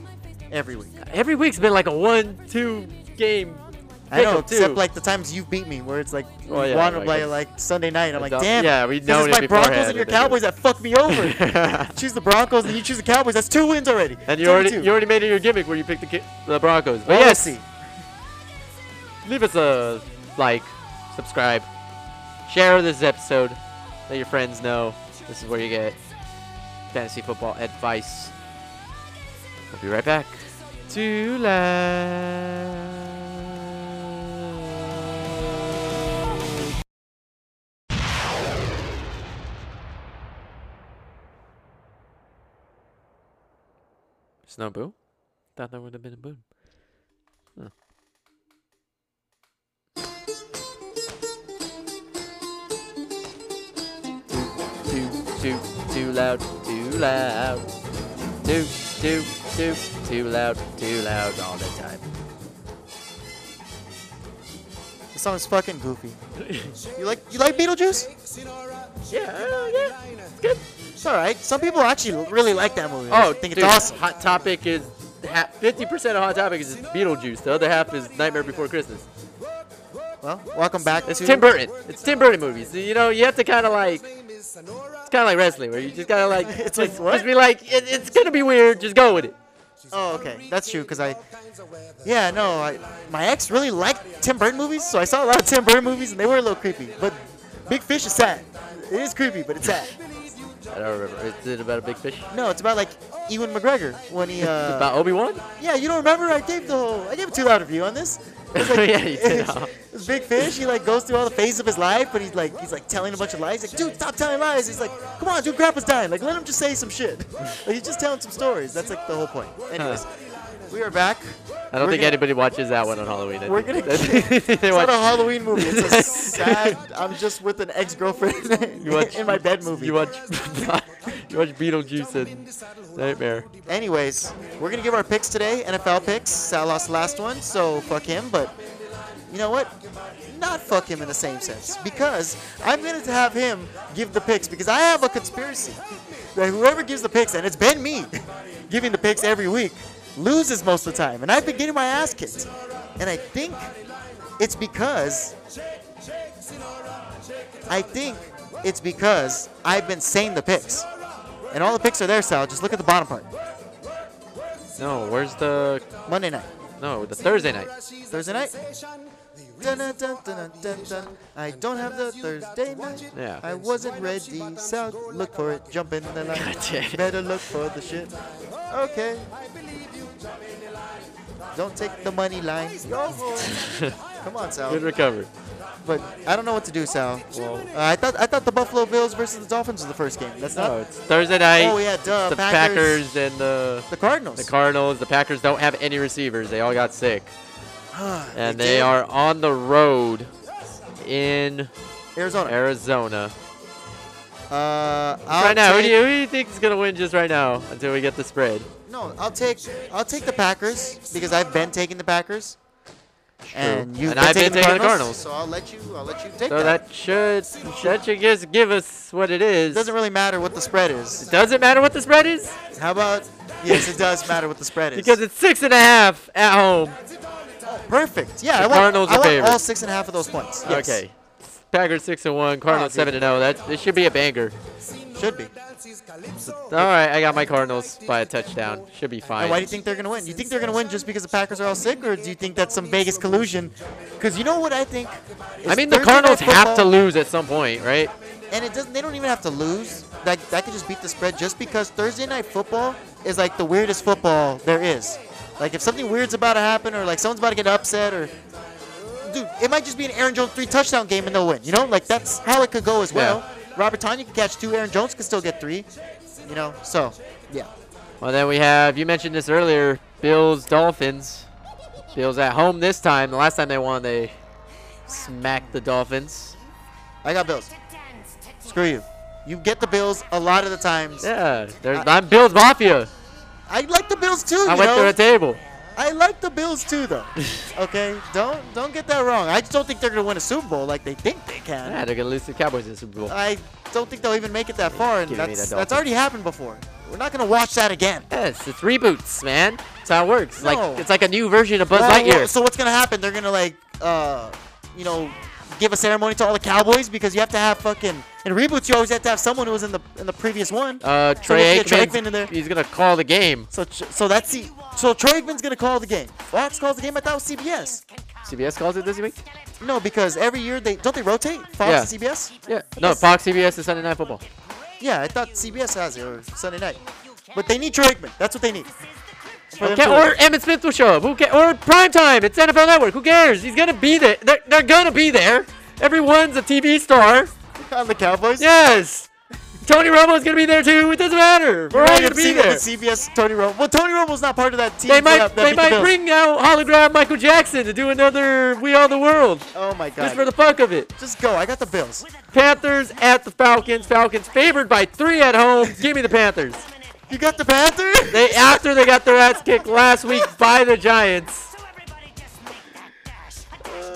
S2: every week.
S1: Every week's been like a one, two game.
S2: I know,
S1: pick'em,
S2: except
S1: too. <laughs>
S2: like the times you've beat me, where it's like
S1: Well,
S2: you
S1: yeah,
S2: won
S1: like
S2: like,
S1: it's-
S2: like Sunday night. and I'm like,
S1: It's all-
S2: damn.
S1: yeah, we known
S2: This is
S1: it
S2: my Broncos
S1: beforehand
S2: and your
S1: that they did.
S2: Cowboys that fucked
S1: <laughs>
S2: me over. choose the Broncos and you choose the Cowboys. That's two wins already.
S1: and you
S2: Two
S1: already
S2: two. Oh,
S1: you already made it your gimmick where you picked the ki- the Broncos. But
S2: Well, let's
S1: yes,
S2: see.
S1: leave us a like, subscribe, share this episode. Let your friends know. This is where you get fantasy football advice. We'll be right back. Too loud. Snow boo? Thought that would have been a boom. too, too, too loud, too loud. Too, too, too, too loud, too loud all the time.
S2: The song's
S1: <laughs>
S2: fucking goofy. you like you like Beetlejuice?
S1: Yeah, yeah.
S2: It's all right. Some people actually really like that movie. I
S1: Oh,
S2: think
S1: dude,
S2: it's awesome.
S1: Hot Topic is ha- 50% of Hot Topic is Beetlejuice. The other half is Nightmare Before Christmas.
S2: Well, welcome back
S1: It's
S2: to
S1: Tim Burton. It's Tim Burton movies. You know, you have to kind of like. It's kind of like wrestling, where you just gotta like,
S2: <laughs> It's
S1: it's
S2: like,
S1: just,
S2: what?
S1: just be like, it, it's gonna be weird. Just go with it.
S2: Oh, okay, that's true. Cause I, yeah, no, I, my ex really liked Tim Burton movies, so I saw a lot of Tim Burton movies, and they were a little creepy. But Big Fish is sad. It is creepy, but it's sad.
S1: I don't remember. Is it about a big fish?
S2: No, it's about like Ewan McGregor
S1: <laughs>
S2: when he. Uh,
S1: About Obi Wan?
S2: yeah, you don't remember? I gave the whole, I gave a too loud review
S1: <laughs>
S2: on this. It's like-
S1: Yeah, you did, huh?
S2: this big fish, he like goes through all the phases of his life, but he's like he's like telling a bunch of lies. He's like, dude, stop telling lies. He's like, come on, dude, grandpa's dying. Like, let him just say some shit. <laughs> Like, he's just telling some stories. That's like the whole point. Anyways, we are back.
S1: I don't
S2: We're
S1: think
S2: gonna-
S1: anybody watches that one on Halloween. I
S2: We're
S1: think
S2: gonna. <laughs> It's
S1: <laughs> they
S2: not
S1: watch
S2: a Halloween movie. It's
S1: <laughs>
S2: a sad. I'm just with an ex-girlfriend <laughs>
S1: You watch-
S2: in my bed movie.
S1: You watch, <laughs> you watch Beetlejuice and Nightmare.
S2: Anyways, we're gonna give our picks today. NFL picks. Sal lost the last one, so fuck him. But you know what? Not fuck him in the same sense because I'm gonna have him give the picks because I have a conspiracy that whoever gives the picks, and it's been me <laughs> giving the picks every week, loses most of the time, and I've been getting my ass kicked. And I think it's because I think it's because I've been saying the picks. And all the picks are there, Sal. Just look at the bottom part.
S1: No, where's the?
S2: Monday night.
S1: No, the Thursday night.
S2: Thursday night. Dun, dun, dun, dun, dun, dun. I don't have the Thursday night.
S1: Yeah.
S2: I wasn't ready. South, look for it. Jump in the line.
S1: damn it.
S2: Better look for the shit. Okay. Don't take the money line. Yo.
S1: <laughs>
S2: Come on,
S1: Good
S2: Sal.
S1: recovery.
S2: But I don't know what to do, Sal. Uh, I thought I thought the Buffalo Bills versus the Dolphins was the first game. That's
S1: No,
S2: not
S1: it's Thursday night.
S2: Oh, yeah, duh,
S1: The
S2: Packers.
S1: Packers, and the
S2: the
S1: the
S2: Cardinals.
S1: Cardinals. The Packers don't have any receivers. They all got sick, and
S2: did.
S1: they are on the road in
S2: Arizona.
S1: Arizona.
S2: Uh, I'll
S1: Right now, who do
S2: take-
S1: you, who do you think is gonna win just right now until we get the spread?
S2: No, I'll take I'll take the Packers because I've been taking the Packers, and you've
S1: and I've been taking the Cardinals.
S2: So I'll let you I'll let you take
S1: So
S2: that.
S1: that should that should just give us what it is.
S2: It doesn't really matter what the spread is.
S1: Does it matter what the spread is?
S2: How about yes, it does matter what the spread is.
S1: Because it's six and a half at home.
S2: Perfect. Yeah, I want,
S1: Cardinals
S2: I
S1: are
S2: want
S1: favored.
S2: all six and a half of those points. Yes.
S1: Okay. Packers six and one, Cardinals
S2: Oh, dude.
S1: seven and zero. That this should be a banger.
S2: Should be.
S1: All right, I got my Cardinals by a touchdown. Should be
S2: And why do
S1: fine.
S2: you think they're going to win? You think they're going to win just because the Packers are all sick, or do you think that's some Vegas collusion? Because you know what I think?
S1: I
S2: It's
S1: mean, the
S2: Thursday night
S1: Cardinals have to
S2: football,
S1: lose at some point, right?
S2: And it doesn't, they don't even have to lose. Like, that could just beat the spread just because Thursday night football is like the weirdest football there is. Like, if something weird's about to happen, or like someone's about to get upset, or. Dude, it might just be an Aaron Jones three touchdown game and they'll win. You know, like that's how it could go as well. Robert Tanya could catch two, Aaron Jones could still get three. You know, so, yeah.
S1: Well, then we have you mentioned this earlier. Bills Dolphins. Bills at home this time. The last time they won, they smacked the Dolphins.
S2: I got Bills. Screw you. You get the Bills a lot of the times.
S1: Yeah, there's I'm Bills Mafia.
S2: I like the Bills too.
S1: I
S2: you
S1: went
S2: know?
S1: through a table.
S2: I like the Bills too, though. okay, don't don't get that wrong. I just don't think they're gonna win a Super Bowl like they think they can.
S1: Yeah, they're gonna lose to the Cowboys in the Super Bowl.
S2: I don't think they'll even make it that far, and
S1: Give me
S2: that's
S1: the
S2: that's
S1: Dolphins.
S2: already happened before. We're not gonna watch that again.
S1: Yes, it's reboots, man. That's how it works.
S2: No.
S1: Like it's like a new version of Buzz
S2: Well,
S1: Lightyear.
S2: well, so what's gonna happen? They're gonna like, uh, you know, give a ceremony to all the Cowboys because you have to have fucking in reboots. You always have to have someone who was in the in the previous one.
S1: uh,
S2: so
S1: Trey
S2: we'll see a Trey
S1: Aikman's-
S2: Aikman in there.
S1: He's gonna call the game.
S2: So Tr- so that's the so Troy Aikman's gonna call the game. Fox calls the game. I thought it was CBS.
S1: CBS calls it this week.
S2: No, because every year they don't they rotate Fox
S1: Yeah.
S2: and CBS.
S1: Yeah. No, Fox, CBS, and Sunday Night Football.
S2: Yeah, I thought CBS has it or Sunday night. But they need Troy Aikman. That's what they need. For them
S1: Okay,
S2: to-
S1: or Emmett Smith will show up. Who ca- or primetime. It's NFL Network. Who cares? He's gonna be there. They're, they're gonna be there. Everyone's a TV star.
S2: on the Cowboys.
S1: Yes. Tony Romo's gonna be there too. It doesn't matter. We're
S2: You're
S1: all
S2: right,
S1: gonna
S2: it's
S1: be
S2: C-
S1: there.
S2: it's CBS Tony Romo. Well, Tony Romo's not part of that team.
S1: They
S2: for
S1: might
S2: that- that
S1: they
S2: beat the
S1: might
S2: Bills.
S1: bring out hologram Michael Jackson to do another We Are the World
S2: Oh my God.
S1: just for the fuck of it.
S2: Just go. I got the Bills.
S1: Panthers at the Falcons. Falcons favored by three at home. Give me the Panthers.
S2: You got the Panthers.
S1: They after they got their ass kicked last week by the Giants.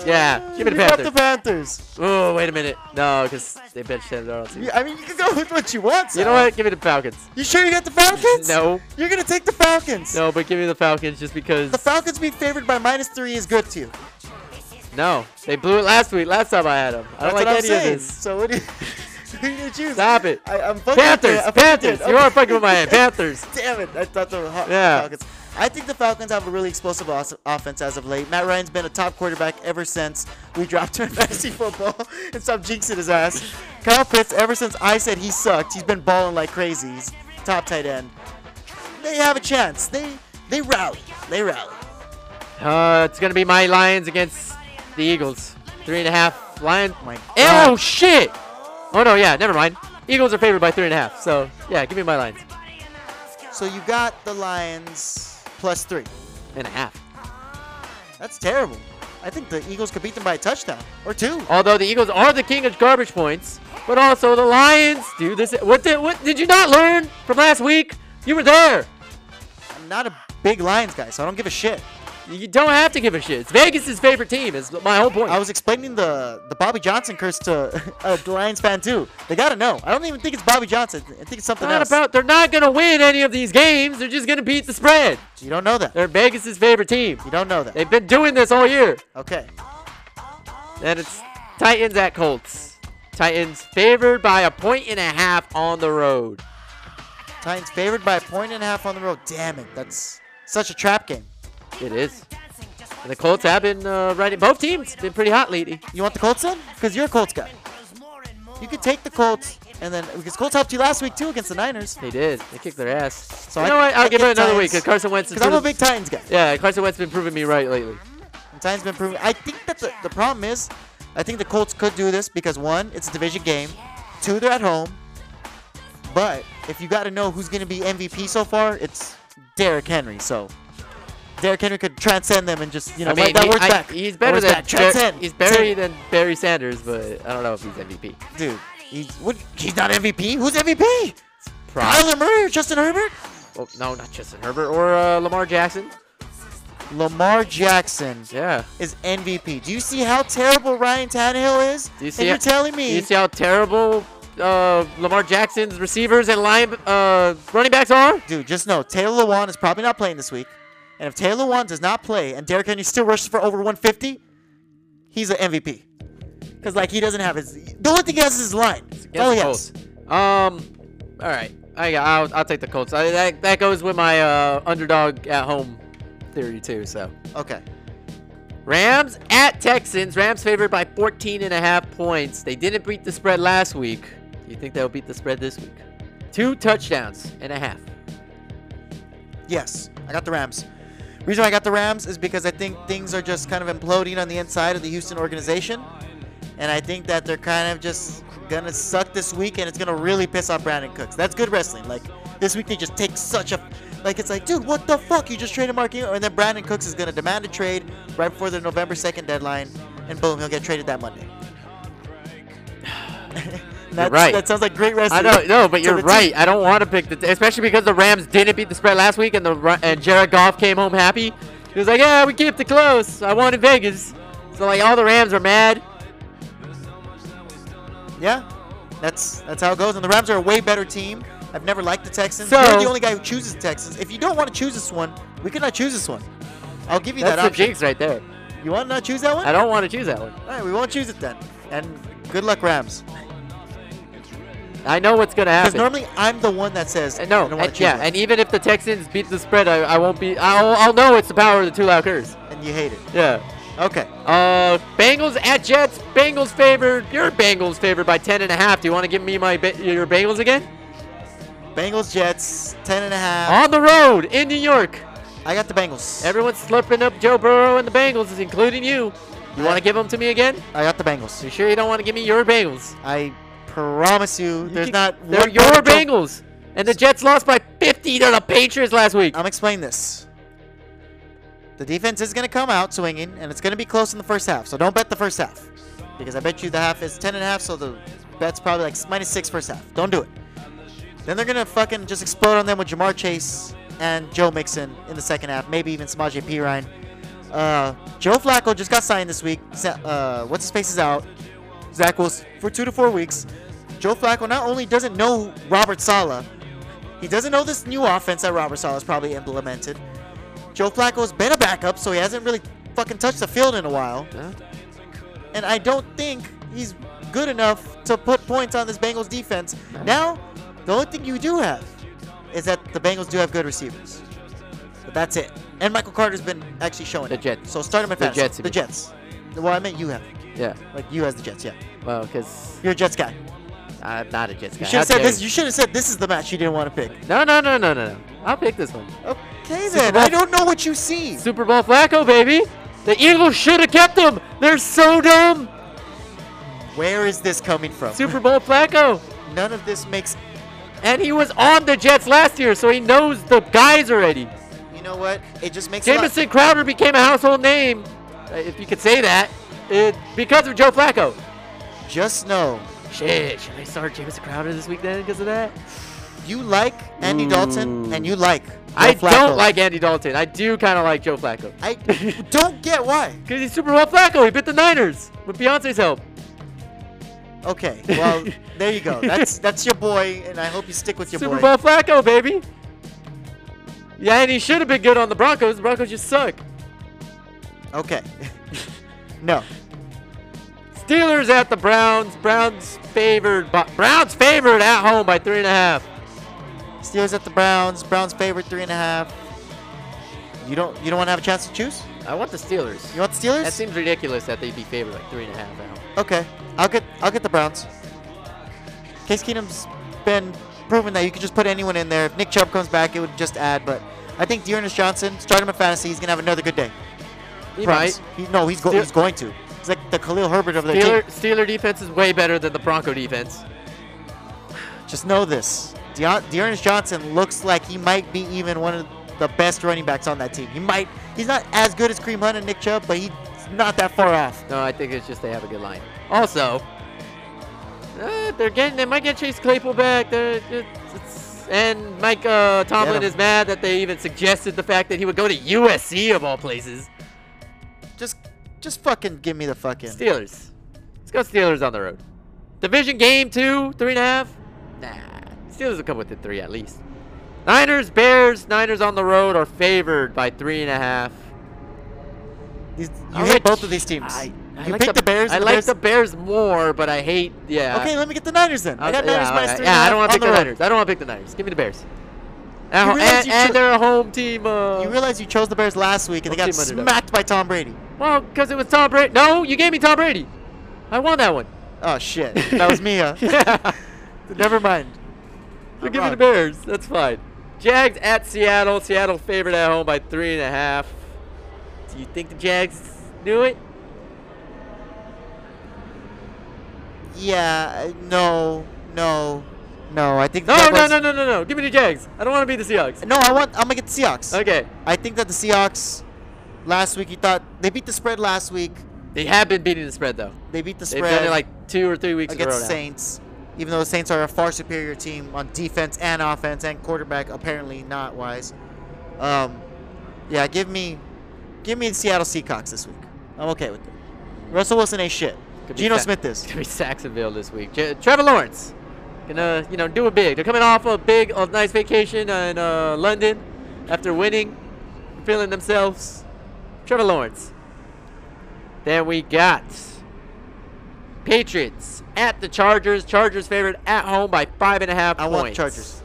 S1: Yeah, give me
S2: You
S1: the
S2: got
S1: Panthers.
S2: the Panthers.
S1: Oh, wait a minute. No, because they benched Sam Darnold.
S2: You- I mean, you can go with what you want.
S1: You know
S2: Sal.
S1: what? Give me the Falcons.
S2: You sure you got the Falcons?
S1: No,
S2: You're gonna take the Falcons.
S1: no, but give me the Falcons just because.
S2: The Falcons being favored by minus three is good to you.
S1: No, they blew it last week. Last time I had them. I
S2: That's
S1: don't like
S2: what I'm
S1: any
S2: saying.
S1: of this.
S2: So what do you, <laughs> who do you choose?
S1: Stop it.
S2: I, I'm fucking
S1: Panthers,
S2: I'm fucking
S1: Panthers.
S2: dead.
S1: You
S2: Okay.
S1: are fucking with my head. Panthers.
S2: Damn it! I thought the Ho-
S1: Yeah.
S2: Falcons. I think the Falcons have a really explosive os- offense as of late. Matt Ryan's been a top quarterback ever since we dropped him in <laughs> fantasy football and stopped jinxing his ass. Kyle Pitts, ever since I said he sucked, he's been balling like crazy. He's top tight end. They have a chance. They they rally. They rally.
S1: Uh, it's gonna be my Lions against the Eagles. Three and a half. Lions.
S2: My
S1: Oh
S2: God.
S1: shit! Oh no, yeah, never mind. Eagles are favored by three and a half. So yeah, give me my Lions
S2: So you got the Lions plus three.
S1: and a half.
S2: That's terrible. I think the Eagles could beat them by a touchdown or two.
S1: Although the Eagles are the king of garbage points, but also the Lions do this. What did what did you not learn from last week? You were there.
S2: I'm not a big Lions guy, so I don't give a shit.
S1: You don't have to give a shit. It's Vegas' favorite team. Is my whole point.
S2: I was explaining the the Bobby Johnson curse to <laughs> a Lions fan too. They gotta know. I don't even think it's Bobby Johnson. I think it's
S1: It's
S2: something
S1: not
S2: else.
S1: about. They're not gonna win any of these games. They're just gonna beat the spread.
S2: you don't know that.
S1: They're Vegas' favorite team.
S2: You don't know that.
S1: They've been doing this all year.
S2: Okay.
S1: And it's Titans at Colts. Titans favored by a point and a half on the road.
S2: Titans favored by a point and a half on the road. Damn it. That's such a trap game.
S1: It is. And the Colts have been uh, riding. Both teams been pretty hot lately.
S2: You want the Colts in? Because you're a Colts guy. You could take the Colts and then because Colts helped you last week too against the Niners.
S1: They did. They kicked their ass.
S2: So
S1: you
S2: I-
S1: know what?
S2: I
S1: I'll give
S2: get
S1: it another week
S2: Titans.
S1: because Carson Wentz. has
S2: Because I'm a
S1: proven-
S2: big Titans guy.
S1: Yeah, Carson Wentz has been proving me right lately.
S2: And Titans been proving. I think that the, the problem is, I think the Colts could do this because one, it's a division game. Two, they're at home. But if you got to know who's going to be MVP so far, it's Derrick Henry. So Derrick Henry could transcend them and just you know let that
S1: he-
S2: work
S1: I-
S2: back.
S1: he's
S2: That
S1: better
S2: works
S1: than
S2: back.
S1: Bar-
S2: transcend.
S1: he's better than Barry Sanders, but I don't know if he's MVP.
S2: dude. He's what? He's not MVP. Who's MVP?
S1: Probably.
S2: Kyler Murray, or Justin Herbert,
S1: Oh, no, not Justin Herbert or uh, Lamar Jackson.
S2: Lamar Jackson.
S1: Yeah.
S2: Is MVP. Do you see how terrible Ryan Tannehill is?
S1: Do you
S2: And
S1: see
S2: you're
S1: how-
S2: telling me
S1: You see how terrible uh, Lamar Jackson's receivers and line, uh, running backs are?
S2: Dude, just know Taylor Lewan is probably not playing this week. And if Taylor One does not play and Derrick Henry still rushes for over 150, he's an MVP. Because like he doesn't have his. The only thing he has is his line. That's all he has.
S1: Against the Colts. Um, all right. I got. I'll, I'll take the Colts. I, that that goes with my uh, underdog at home theory too. So
S2: Okay.
S1: Rams at Texans. Rams favored by 14 and a half points. They didn't beat the spread last week. Do you think they'll beat the spread this week? Two touchdowns and a half.
S2: Yes, I got the Rams. Reason why I got the Rams is because I think things are just kind of imploding on the inside of the Houston organization, and I think that they're kind of just gonna suck this week, and it's gonna really piss off Brandon Cooks. That's good wrestling. Like this week they just take such a, like it's like, dude, what the fuck? You just traded Mark Ingram, and then Brandon Cooks is gonna demand a trade right before the November second deadline, and boom, he'll get traded that
S1: <sighs>
S2: Monday. <laughs> That's-
S1: right.
S2: That sounds like great wrestling.
S1: I don't know, but
S2: to
S1: you're
S2: the team.
S1: right. I don't want to pick the, especially because the Rams didn't beat the spread last week, and the Ru- and Jared Goff came home happy. He was like, "Yeah, we kept it close. I wanted Vegas." So like all the Rams are mad.
S2: Yeah, that's that's how it goes. And the Rams are a way better team. I've never liked the Texans.
S1: So-
S2: You're the only guy who chooses the Texans. If you don't want to choose this one, we could not choose this one. I'll give you
S1: That's
S2: that
S1: the
S2: option.
S1: jinx right there.
S2: You want to not choose that one?
S1: I don't want to choose that one.
S2: All right, we won't choose it then. And good luck, Rams.
S1: I know what's gonna
S2: Because
S1: happen.
S2: normally I'm the one that says
S1: And no,
S2: I don't want
S1: and,
S2: to choose
S1: yeah,
S2: it.
S1: and even if the Texans beat the spread, I, I won't be. I'll, I'll know it's the power of the two loud curse.
S2: and you hate it.
S1: Yeah.
S2: Okay.
S1: Uh, Bengals at Jets. Bengals favored. Your Bengals favored by ten and a half. Do you want to give me my ba- your Bengals again?
S2: Bengals Jets ten and a half.
S1: On the road in New York.
S2: I got the Bengals.
S1: Everyone's slurping up Joe Burrow and the Bengals, including you. You want to give them to me again?
S2: I got the Bengals.
S1: You sure you don't want to give me your Bengals?
S2: I promise you, there's
S1: You-
S2: not.
S1: They're
S2: one
S1: your
S2: part of Joe-
S1: Bengals. And the Jets lost by 50 to the Patriots last week.
S2: I'm explaining this. The defense is going to come out swinging, and it's going to be close in the first half. So don't bet the first half, because I bet you the half is ten and a half. So the bet's probably like minus six first half. Don't do it. Then they're going to fucking just explode on them with Jamar Chase and Joe Mixon in the second half. Maybe even Samaje Perine. Uh, Joe Flacco just got signed this week. Sa- Uh, what's his face is out. Zach Wilson for two to four weeks. Joe Flacco not only doesn't know Robert Sala, he doesn't know this new offense that Robert Sala's probably implemented. Joe Flacco's been a backup, so he hasn't really fucking touched the field in a while.
S1: Huh?
S2: And I don't think he's good enough to put points on this Bengals defense. Now, the only thing you do have is that the Bengals do have good receivers. But that's it. And Michael Carter's been actually showing
S1: The
S2: it.
S1: Jets.
S2: So start him at
S1: The
S2: fantasy.
S1: Jets, you
S2: The
S1: mean.
S2: Jets. Well, I meant you have.
S1: Yeah.
S2: Like you as the Jets, yeah.
S1: Well, because
S2: You're a Jets guy.
S1: I'm not a Jets guy.
S2: You should have
S1: How
S2: said
S1: dare
S2: this. You should have said this is the match you didn't want to pick.
S1: No, no, no, no, no, no. I'll pick this one.
S2: Okay
S1: Super
S2: then.
S1: Bowl-
S2: I don't know what you see.
S1: Super Bowl Flacco, baby. The Eagles should have kept him. They're so dumb.
S2: Where is this coming from?
S1: Super Bowl Flacco.
S2: None of this makes.
S1: And he was on the Jets last year, so he knows the guys already.
S2: You know what? It just makes. a lot-
S1: Jamison Crowder became a household name, uh, if you could say that, it, because of Joe Flacco.
S2: Just know
S1: Shit, should I start Jamison Crowder this week then because of that?
S2: you like Andy Dalton and you like. Joe
S1: I
S2: Flacco.
S1: don't like Andy Dalton. I do kind of like Joe Flacco.
S2: I don't get why.
S1: Because he's Super Bowl Flacco. He bit the Niners with Beyonce's help.
S2: Okay.
S1: <laughs>
S2: Well, there you go. That's that's your boy, and I hope you stick with your
S1: Super
S2: boy.
S1: Bowl Flacco, baby. Yeah, and he should have been good on the Broncos. The Broncos just suck.
S2: Okay. <laughs> no.
S1: Steelers at the Browns. Browns favored. By, Browns favored at home by three and a half.
S2: Steelers at the Browns. Browns favorite three and a half. You don't you don't want to have a chance to choose?
S1: I want the Steelers.
S2: You want the Steelers?
S1: That seems ridiculous that they'd be favored like three and a half at home.
S2: Okay, I'll get I'll get the Browns. Case Keenum's been proven that you could just put anyone in there. If Nick Chubb comes back, it would just add. But I think Dearness Johnson, start him in fantasy. He's gonna have another good day.
S1: He
S2: Promise.
S1: might.
S2: He- no, he's go-
S1: Steal-
S2: he's going to. He's like the Khalil Herbert of the
S1: Steeler,
S2: team.
S1: Steeler defense is way better than the Bronco defense.
S2: Just know this. Deon- Dearness Johnson looks like he might be even one of the best running backs on that team. He might. He's not as good as Cream Hunt and Nick Chubb, but he's not that far off.
S1: No, I think it's just they have a good line. Also, uh, they're getting they might get Chase Claypool back. They're, it's, it's, and Mike uh, Tomlin
S2: him.
S1: is mad that they even suggested the fact that he would go to USC of all places.
S2: Just just fucking give me the fucking.
S1: Steelers. Let's go Steelers on the road. Division game two, three and a half. Nah, Steelers will come with the three at least. Niners, Bears, Niners on the road are favored by three and a half.
S2: These-
S1: I
S2: you
S1: like-
S2: hate both of these teams.
S1: I, I
S2: you
S1: like
S2: picked the, Bears.
S1: I
S2: and
S1: like
S2: Bears-
S1: the Bears more, but I hate. Yeah.
S2: Okay, let me get the Niners then. I
S1: was-
S2: got Niners
S1: yeah,
S2: minus
S1: alright.
S2: three.
S1: Yeah, I don't
S2: want
S1: want to pick the Niners. I don't want to pick the Niners. Give me the Bears. At
S2: You
S1: home,
S2: realize
S1: and,
S2: you
S1: and
S2: took-
S1: they're a home team. Uh,
S2: You realize you chose the Bears last week and they
S1: Home
S2: got
S1: team underdog.
S2: smacked by Tom Brady.
S1: well, because it was Tom Brady. No, you gave me Tom Brady. I won that <laughs> one.
S2: Oh shit, <laughs> that was me, huh?
S1: yeah.
S2: Never mind.
S1: So
S2: I'm
S1: give me the
S2: wrong.
S1: Bears. That's fine. Jags at Seattle. Seattle favored at home by three and a half. Do you think the Jags do it?
S2: Yeah, uh, no, no, no. I think
S1: No,
S2: that
S1: no,
S2: was-
S1: no, no, no, no. Give me the Jags. I don't want to be the Seahawks.
S2: No, I want. I'm gonna get the Seahawks.
S1: Okay.
S2: I think that the Seahawks last week you thought they beat the spread last week.
S1: They have been beating the spread though.
S2: They beat the
S1: They've
S2: spread
S1: done it like two or three weeks
S2: against
S1: in a row
S2: the
S1: now.
S2: Saints, even though the Saints are a far superior team on defense and offense and quarterback, apparently not wise. Um, yeah, give me, give me the Seattle Seahawks this week. I'm okay with it. Russell Wilson ain't shit.
S1: Could be
S2: Geno
S1: Sa-
S2: Smith is.
S1: It's gonna be Saxonville this week. Ja- Trevor Lawrence gonna you know do a big. They're coming off a big, a nice vacation in uh, London after winning, feeling themselves. Trevor Lawrence. Then we got Patriots at the Chargers. Chargers favored at home by five and a half
S2: I
S1: points.
S2: want the Chargers.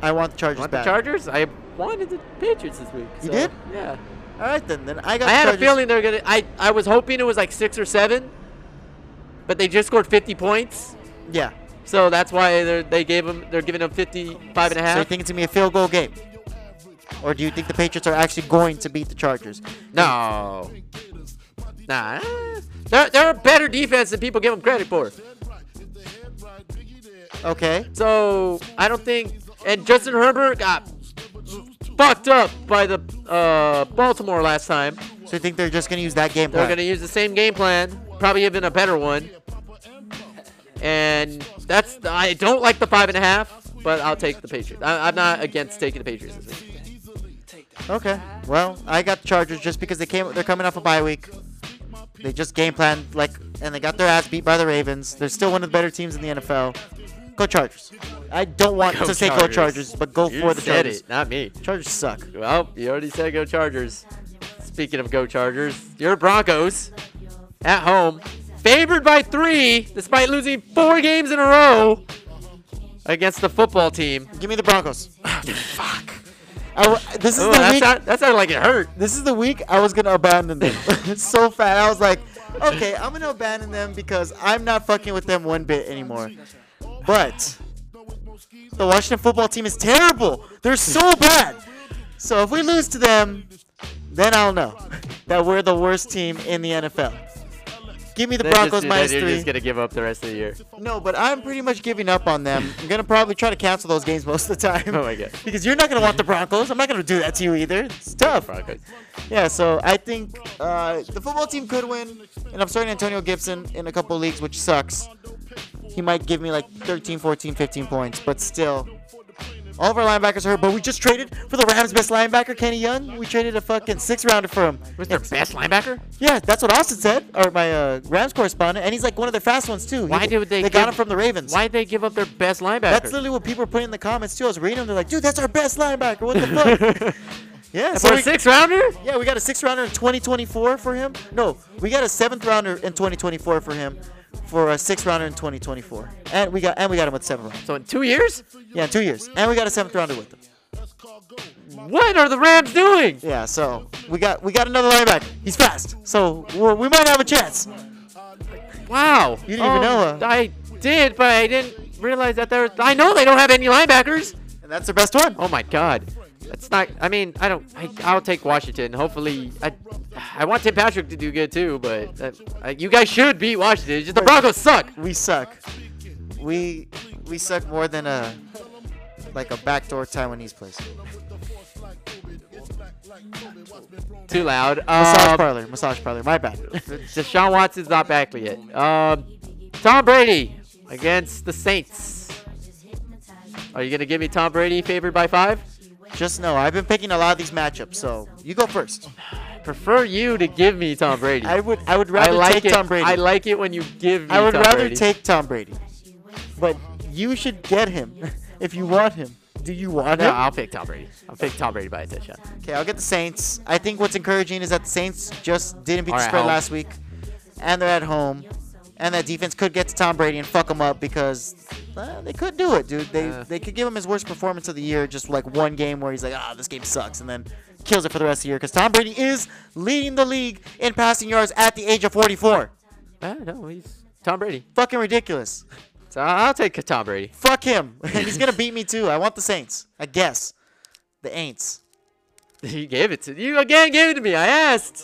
S2: I want the Chargers
S1: Want the
S2: back.
S1: Chargers? I wanted the Patriots this week.
S2: You
S1: so,
S2: did?
S1: Yeah.
S2: All right then. Then I got.
S1: I
S2: the
S1: had a
S2: Chargers.
S1: feeling they're gonna. I I was hoping it was like six or seven, but they just scored 50 points,
S2: Yeah.
S1: so that's why they're they gave them they're giving them 55 and a half.
S2: So you think it's gonna be a field goal game, or do you think the Patriots are actually going to beat the Chargers?
S1: no, nah, they're they're a better defense than people give them credit for.
S2: Okay.
S1: So I don't think. And Justin Herbert got fucked up by the uh, Baltimore last time.
S2: So you think they're just gonna use that game
S1: They're
S2: plan?
S1: gonna use the same game plan, probably even a better one. And that's I don't like the five and a half, but I'll take the Patriots. I, I'm not against taking the Patriots this week.
S2: Okay. Well, I got the Chargers just because they came. They're coming off a bye week. They just game planned like, and they got their ass beat by the Ravens. They're still one of the better teams in the NFL. Go Chargers. I don't want
S1: Go
S2: to say go
S1: Chargers.
S2: Chargers, but go for the
S1: said
S2: Chargers.
S1: it, not me.
S2: Chargers suck.
S1: Well, you already said go Chargers. Speaking of go Chargers, your Broncos at home, favored by three, despite losing four games in a row against the football
S2: <laughs>
S1: team.
S2: Give me the Broncos.
S1: Fuck.
S2: I w- this is
S1: Ooh,
S2: the
S1: that,
S2: week.
S1: sound, that sounded like it hurt.
S2: this is the week I was gonna abandon them. <laughs> It's so fat. I was like, okay, I'm gonna abandon them because I'm not fucking with them one bit anymore. But the Washington football team is terrible. They're so bad. So if we lose to them, then I'll know <laughs> that we're the worst team in the NFL. Give me the
S1: They
S2: Broncos
S1: just, do that,
S2: minus
S1: You're
S2: three.
S1: just gonna give up the rest of the year.
S2: No, but I'm pretty much giving up on them. I'm gonna probably try to cancel those games most of the time.
S1: <laughs> Oh my God.
S2: <laughs> Because you're not gonna want the Broncos. I'm not gonna do that to you either. It's tough.
S1: Broncos.
S2: Yeah, so I think uh, the football team could win, and I'm starting Antonio Gibson in a couple of leagues, which sucks. He might give me like 13, 14, 15 points, but still. All of our linebackers are hurt, but we just traded for the Rams' best linebacker, Kenny Young. We traded a fucking six rounder for him.
S1: Was their best linebacker?
S2: Yeah, that's what Austin said, or my uh, Rams correspondent, and he's like one of their fast ones too. He-
S1: Why did they
S2: They got
S1: give-
S2: him from the Ravens.
S1: Why did they give up their best linebacker?
S2: That's literally what people were putting in the comments too. I was reading them. They're like, "Dude, that's our best linebacker. What
S1: <laughs>
S2: the fuck?" yeah, so
S1: for
S2: we-
S1: a six rounder?
S2: Yeah, we got a sixth rounder in 2024 for him. No, we got a seventh rounder in 2024 for him, for a sixth rounder in 2024, and we got and we got him with seven rounds.
S1: So in two years?
S2: Yeah, in two years, and we got a seventh rounder with him.
S1: What are the Rams doing?
S2: Yeah, so we got we got another linebacker. He's fast, so we're, we might have a chance.
S1: Wow.
S2: You didn't even know, uh, huh?
S1: I did, but I didn't realize that there. I know they don't have any linebackers.
S2: And that's their best one.
S1: Oh my God. That's not. I mean, I don't. I, I'll take Washington. Hopefully, I. I want Tim Patrick to do good too, but uh, uh, you guys should beat Washington. It's just the Broncos suck.
S2: We suck. We we suck more than a like a backdoor Taiwanese place.
S1: Too loud.
S2: Massage
S1: Um,
S2: parlor, massage parlor. My bad. <laughs>
S1: Deshaun Watson's not back yet. Um, Tom Brady against the Saints. Are you gonna give me Tom Brady favored by five?
S2: Just know I've been picking a lot of these matchups, so you go first.
S1: I prefer you to give me Tom Brady.
S2: I would I would
S1: I
S2: rather
S1: like
S2: take
S1: it.
S2: Tom Brady.
S1: I like it when you give me.
S2: I would
S1: Tom
S2: rather
S1: Brady.
S2: take Tom Brady. But you should get him if you want him.
S3: Do you want
S1: No,
S3: him?
S1: I'll pick Tom Brady. I'll pick Tom Brady by a touchdown.
S2: Okay, I'll get the Saints. I think what's encouraging is that the Saints just didn't beat
S1: Are
S2: the
S1: at
S2: spread
S1: home.
S2: last week, and they're at home, and that defense could get to Tom Brady and fuck him up because uh, they could do it, dude. They
S1: Yeah.
S2: they could give him his worst performance of the year, just like one game where he's like, ah, this game sucks, and then kills it for the rest of the year because Tom Brady is leading the league in passing yards at the age of 44. Uh,
S1: I know he's Tom Brady.
S2: Fucking ridiculous.
S1: So I'll take Tom Brady. <laughs>
S2: Fuck him. <laughs> And he's gonna beat me too. I want the Saints. I guess. The Aints.
S1: You gave it to you again. Gave it to me. I asked.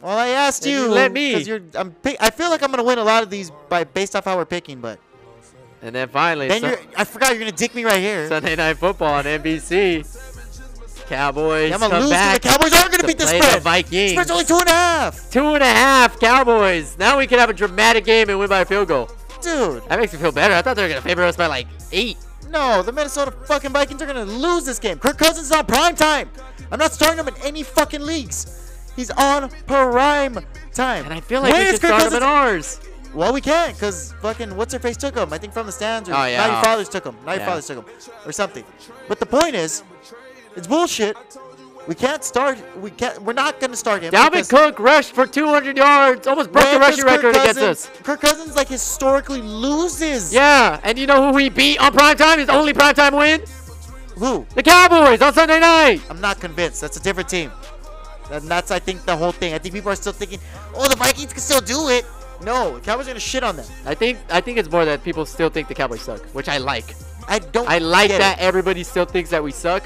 S2: Well, I asked
S1: And
S2: you.
S1: you let me.
S2: 'cause You're, I'm pick, I feel like I'm gonna win a lot of these by based off how we're picking, but
S1: And then finally,
S2: then
S1: Sun-
S2: you're. I forgot you're gonna dick me right here.
S1: Sunday Night Football on NBC. Cowboys
S2: I'm gonna
S1: come
S2: lose. to The
S1: back.
S2: Cowboys aren't gonna
S1: to
S2: beat the
S1: play
S2: spread.
S1: the Vikings.
S2: Spread's only two and a half,
S1: Two and a half Cowboys. Now we could have a dramatic game and win by a field goal.
S2: dude.
S1: That makes me feel better. I thought they were gonna favor us by like eight.
S2: No, the Minnesota fucking Vikings are gonna lose this game. Kirk Cousins is on prime time. I'm not starting him in any fucking leagues. He's on prime time.
S1: And I feel like
S2: Where
S1: we
S2: is
S1: should
S2: Kirk
S1: start them in
S2: Cousins?
S1: ours.
S2: Well, we can't, cause fucking what's her face took him. I think from the stands or
S1: Oh, yeah.
S2: not your fathers took him. Not your
S1: Yeah.
S2: fathers took him or something. But the point is, it's bullshit. We can't start. We can't. We're not gonna start him.
S1: Dalvin
S2: because
S1: Cook rushed for 200 yards, almost broke
S2: where
S1: the
S2: does
S1: rushing record
S2: Kirk
S1: against us.
S2: Cousins, Kirk Cousins like historically loses.
S1: Yeah, and you know who we beat on primetime? His only primetime win?
S2: Who?
S1: The Cowboys on Sunday night.
S2: I'm not convinced. That's a different team. And that's I think the whole thing. I think people are still thinking, oh, the Vikings can still do it. No, the Cowboys are gonna shit on them.
S1: I think I think it's more that people still think the Cowboys suck, which I like.
S2: I don't.
S1: I like
S2: get it.
S1: that everybody still thinks that we suck,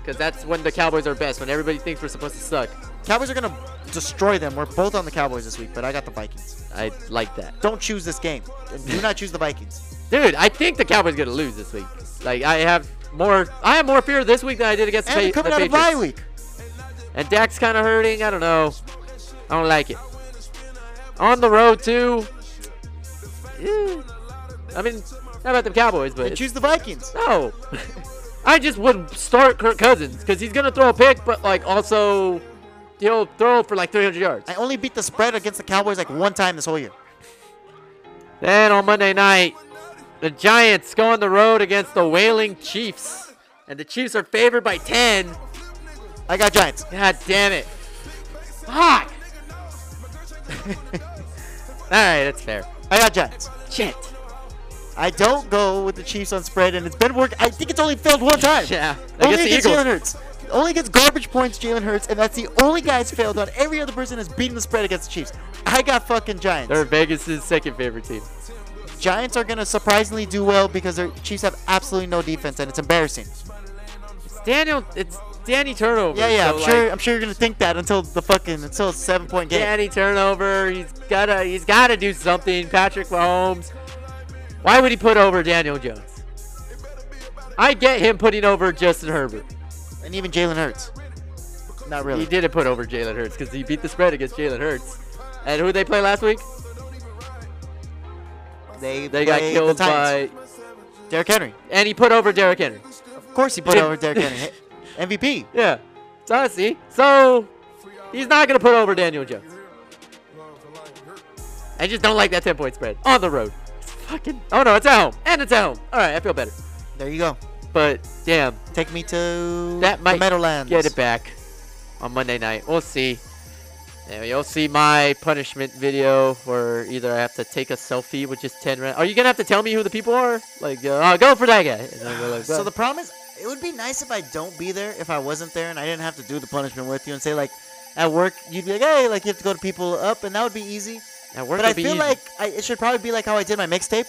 S1: because that's when the Cowboys are best, when everybody thinks we're supposed to suck.
S2: Cowboys are gonna destroy them. We're both on the Cowboys this week, but I got the Vikings.
S1: I like that.
S2: don't choose this game. And do not choose the Vikings.
S1: Dude, I think the Cowboys gonna lose this week. Like I have more I have more fear this week than I did against
S2: And
S1: the,
S2: they're
S1: Pa- the
S2: coming out of
S1: Patriots.
S2: bye week.
S1: And Dak's kind of hurting. I don't know. I don't like it. On the road too. Eh. I mean, how about the Cowboys? But
S2: And choose the Vikings.
S1: no, <laughs> I just would start Kirk Cousins because he's gonna throw a pick, but like also he'll throw for like 300 yards.
S2: I only beat the spread against the Cowboys like one time this whole year.
S1: Then on Monday night, the Giants go on the road against the Wailing Chiefs, and the Chiefs are favored by 10.
S2: I got Giants.
S1: God damn it. Fuck. <laughs> All right, that's fair.
S2: I got Giants.
S1: Shit.
S2: I don't go with the Chiefs on spread, and it's been work. I think it's only failed one time.
S1: <laughs> Yeah.
S2: Only
S1: Against the
S2: against
S1: Eagles.
S2: Jalen Hurts. Only gets garbage points, Jalen Hurts, and that's the only guy it's failed on. Every other person has beaten the spread against the Chiefs. I got fucking Giants.
S1: They're Vegas' second favorite team.
S2: Giants are gonna surprisingly do well because their Chiefs have absolutely no defense, and it's embarrassing.
S1: It's Daniel. It's Danny turnover.
S2: Yeah, yeah,
S1: so,
S2: I'm sure.
S1: like,
S2: I'm sure you're gonna think that until the fucking until it's a seven point game.
S1: Danny turnover. He's gotta. He's gotta do something. Patrick Mahomes. Why would he put over Daniel Jones? I get him putting over Justin Herbert.
S2: And even Jalen Hurts. Not really.
S1: He didn't put over Jalen Hurts because he beat the spread against Jalen Hurts. And who did they play last week?
S2: They,
S1: They got
S2: played
S1: killed
S2: the Titans.
S1: by.
S2: Derrick Henry.
S1: And he put over Derrick Henry.
S2: Of course he put
S1: Did-
S2: over Derrick
S1: <laughs>
S2: Henry. MVP.
S1: Yeah. So I see. So he's not gonna put over Daniel Jones. I just don't like that 10 point spread on the road. It's fucking. Oh no, it's at home and it's at home. All right, I feel better.
S2: There you go.
S1: But damn,
S2: Take me to
S1: that might
S2: the Meadowlands.
S1: get it back on Monday night. We'll see. Yeah, you'll see my punishment video where either I have to take a selfie with just 10 rounds. Are you gonna have to tell me who the people are? Like, uh, oh, go for that guy. And then we're like,
S2: So
S1: well,
S2: the problem is, it would be nice if I don't be there, if I wasn't there, and I didn't have to do the punishment with you, and say like, at work you'd be like, hey, like you have to go to people up, and that would be easy.
S1: now we're
S2: but
S1: gonna
S2: I
S1: be
S2: feel
S1: easy.
S2: like I, it should probably be like how I did my mixtape,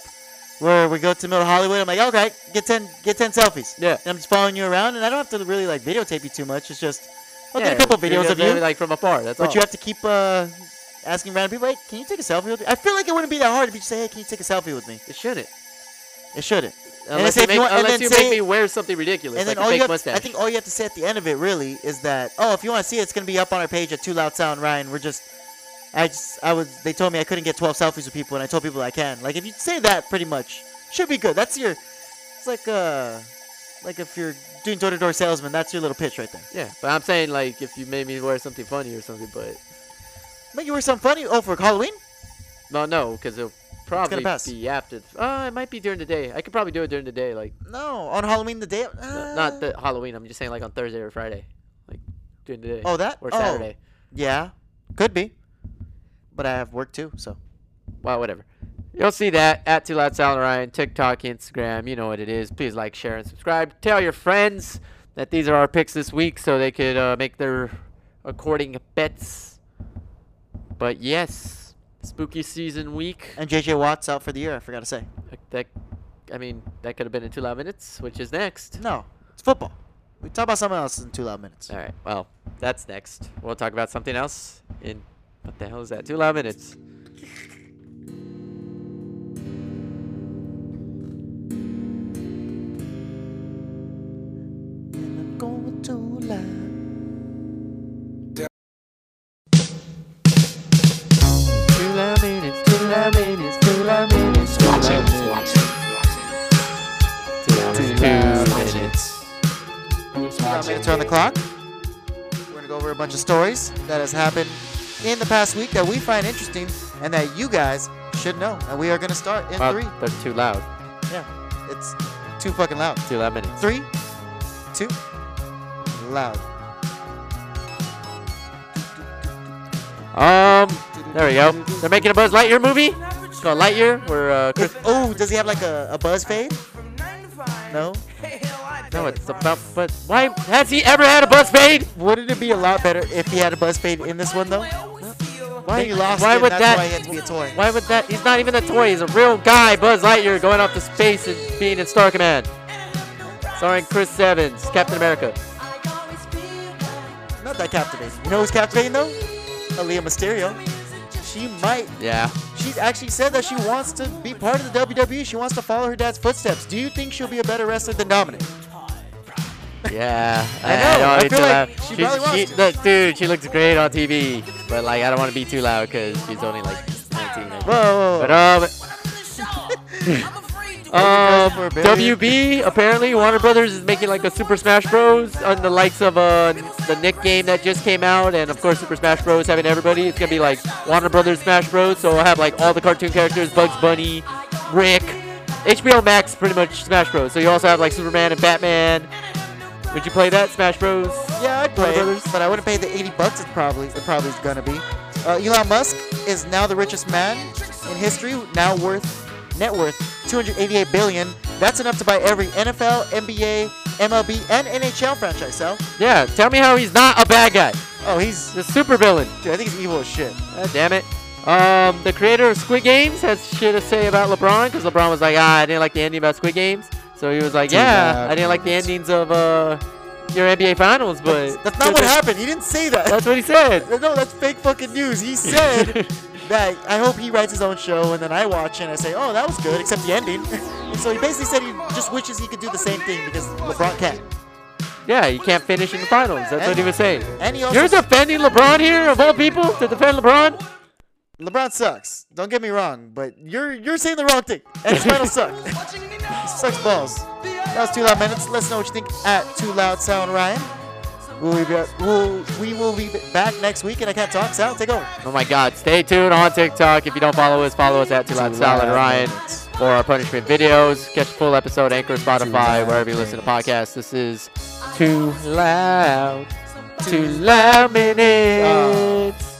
S2: where we go to Middle Hollywood. I'm like, all right, get ten, get ten selfies.
S1: Yeah.
S2: And I'm just following you around, and I don't have to really like videotape you too much. It's just I'll
S1: yeah,
S2: get a couple
S1: you're
S2: videos
S1: gonna
S2: of
S1: be,
S2: you,
S1: like from afar. That's
S2: but
S1: all.
S2: you have to keep uh, asking random people, hey, can you take a selfie with me? I feel like it wouldn't be that hard if you just say, hey, can you take a selfie with me?
S1: it shouldn't.
S2: It shouldn't. And
S1: Unless
S2: say
S1: you
S2: if
S1: make,
S2: you want- and
S1: unless
S2: then
S1: you
S2: say-
S1: make me wear something ridiculous,
S2: And
S1: like
S2: then
S1: a
S2: all
S1: fake
S2: you have,
S1: mustache.
S2: I think all you have to say at the end of it really is that, oh, if you want to see it, it's gonna be up on our page at Too Loud Sound Ryan. We're just, I just, I was. They told me I couldn't get 12 selfies with people, and I told people I can. Like if you say that, pretty much should be good. That's your, it's like uh, like if you're doing door-to-door salesman, that's your little pitch right there.
S1: yeah, but I'm saying like if you made me wear something funny or something, but
S2: But you were some funny. Oh, for Halloween?
S1: no, no, because it'll probably
S2: pass.
S1: be after. th- Uh, it might be during the day. I could probably do it during the day, like
S2: No, on Halloween the day.
S1: n-
S2: uh,
S1: not the Halloween. I'm just saying like on Thursday or Friday, like during the day.
S2: Oh, that?
S1: or
S2: Oh.
S1: Saturday.
S2: Yeah, could be. But I have work too, so
S1: Well, whatever. You'll see that at Too Loud Sound Ryan, TikTok, Instagram. You know what it is. Please like, share, and subscribe. Tell your friends that these are our picks this week, so they could uh, make their according bets. But yes, spooky season week.
S2: and JJ Watts out for the year. I forgot to say.
S1: That, I mean, that could have been in two loud minutes, which is next.
S2: No, it's football. We talk about something else in two loud minutes.
S1: All right. Well, that's next. We'll talk about something else in what the hell is that? Two loud minutes.
S2: And I'm going too loud.
S1: Two loud minutes. Two loud minutes. Two loud minutes. Two loud minutes. Two loud minutes. Two minutes.
S2: I'm going to turn the clock. We're going to go over a bunch of stories that has happened in the past week that we find interesting and that you guys should know. And we are going to start in
S1: Well,
S2: three.
S1: they're too loud.
S2: Yeah, it's too fucking loud.
S1: Two loud minutes.
S2: Three, two, loud.
S1: Um, there we go. They're making a Buzz Lightyear movie. It's called Lightyear, where uh, Chris.
S2: If, oh, does he have like a, a buzz fade? No.
S1: No, it's about. But why has he ever had a Buzz fade?
S2: Wouldn't it be a lot better if he had a buzz fade in this one though?
S1: Why?
S2: he lost
S1: why
S2: it,
S1: would
S2: that's
S1: that?
S2: why he had to be a toy.
S1: Why would that? He's not even a toy. He's a real guy, Buzz Lightyear, going off to space and being in Star Command. Starring Chris Evans, Captain America.
S2: Not that captivating. You know who's captivating though? Aaliyah Mysterio. She might
S1: Yeah.
S2: She actually said that she wants to be part of the WWE. She wants to follow her dad's footsteps. Do you think she'll be a better wrestler than Dominic?
S1: Yeah.
S2: I know, I
S1: don't wanna be
S2: feel
S1: too
S2: like
S1: loud.
S2: she probably wants to.
S1: look, dude, she looks great on TV, but like I don't want to be too loud because she's only like 19. I
S2: Whoa,
S1: guess.
S2: whoa, whoa.
S1: But um,
S2: <laughs> Where's the
S1: um,
S2: girl for a billion?
S1: WB apparently Warner Brothers is making like a Super Smash Bros. on the likes of uh the Nick game that just came out, and of course Super Smash Bros. having everybody. It's gonna be like Warner Brothers Smash Bros. So we'll have like all the cartoon characters: Bugs Bunny, Rick, HBO Max, pretty much Smash Bros. So you also have like Superman and Batman. Would you play that Smash Bros?
S2: yeah, I'd play
S1: Warner
S2: it,
S1: Brothers.
S2: but I wouldn't pay the 80 bucks it probably it probably is gonna be. Uh, Elon Musk is now the richest man in history, now worth net worth 288 billion. That's enough to buy every NFL, NBA, MLB, and NHL franchise. So,
S1: Yeah. Tell me how he's not a bad guy.
S2: oh, he's
S1: The super villain.
S2: dude, I think he's evil as shit.
S1: Ah, damn it. Um, the creator of Squid Games has shit to say about LeBron because LeBron was like, ah, I didn't like the ending about Squid Games. So he was like,
S2: Too
S1: yeah,
S2: bad.
S1: I didn't like the endings of uh, your NBA Finals, but
S2: That's not what happened. He didn't say that.
S1: That's what he said.
S2: No, that's fake fucking news. He said that I hope he writes his own show, and then I watch it and I say, oh, that was good, except the ending. <laughs> so he basically said he just wishes he could do the same thing because LeBron can't.
S1: Yeah, you can't finish in the finals. That's what he was saying.
S2: And he also
S1: You're defending LeBron here of all people to defend LeBron.
S2: LeBron sucks. Don't get me wrong, but you're you're saying the wrong thing. And his finals suck. sucks balls. That was two loud minutes. Let us know what you think at Too Loud Sound Ryan. We'll be, we'll, we will be back next week, and I can't talk. Sal, take over.
S1: Oh my God! Stay tuned on TikTok. If you don't follow us, follow us at Two Loud Salad Ryan for our punishment videos. Catch the full episode, Anchor, Spotify, wherever you listen to podcasts. This is Too Loud, Too Loud Minutes.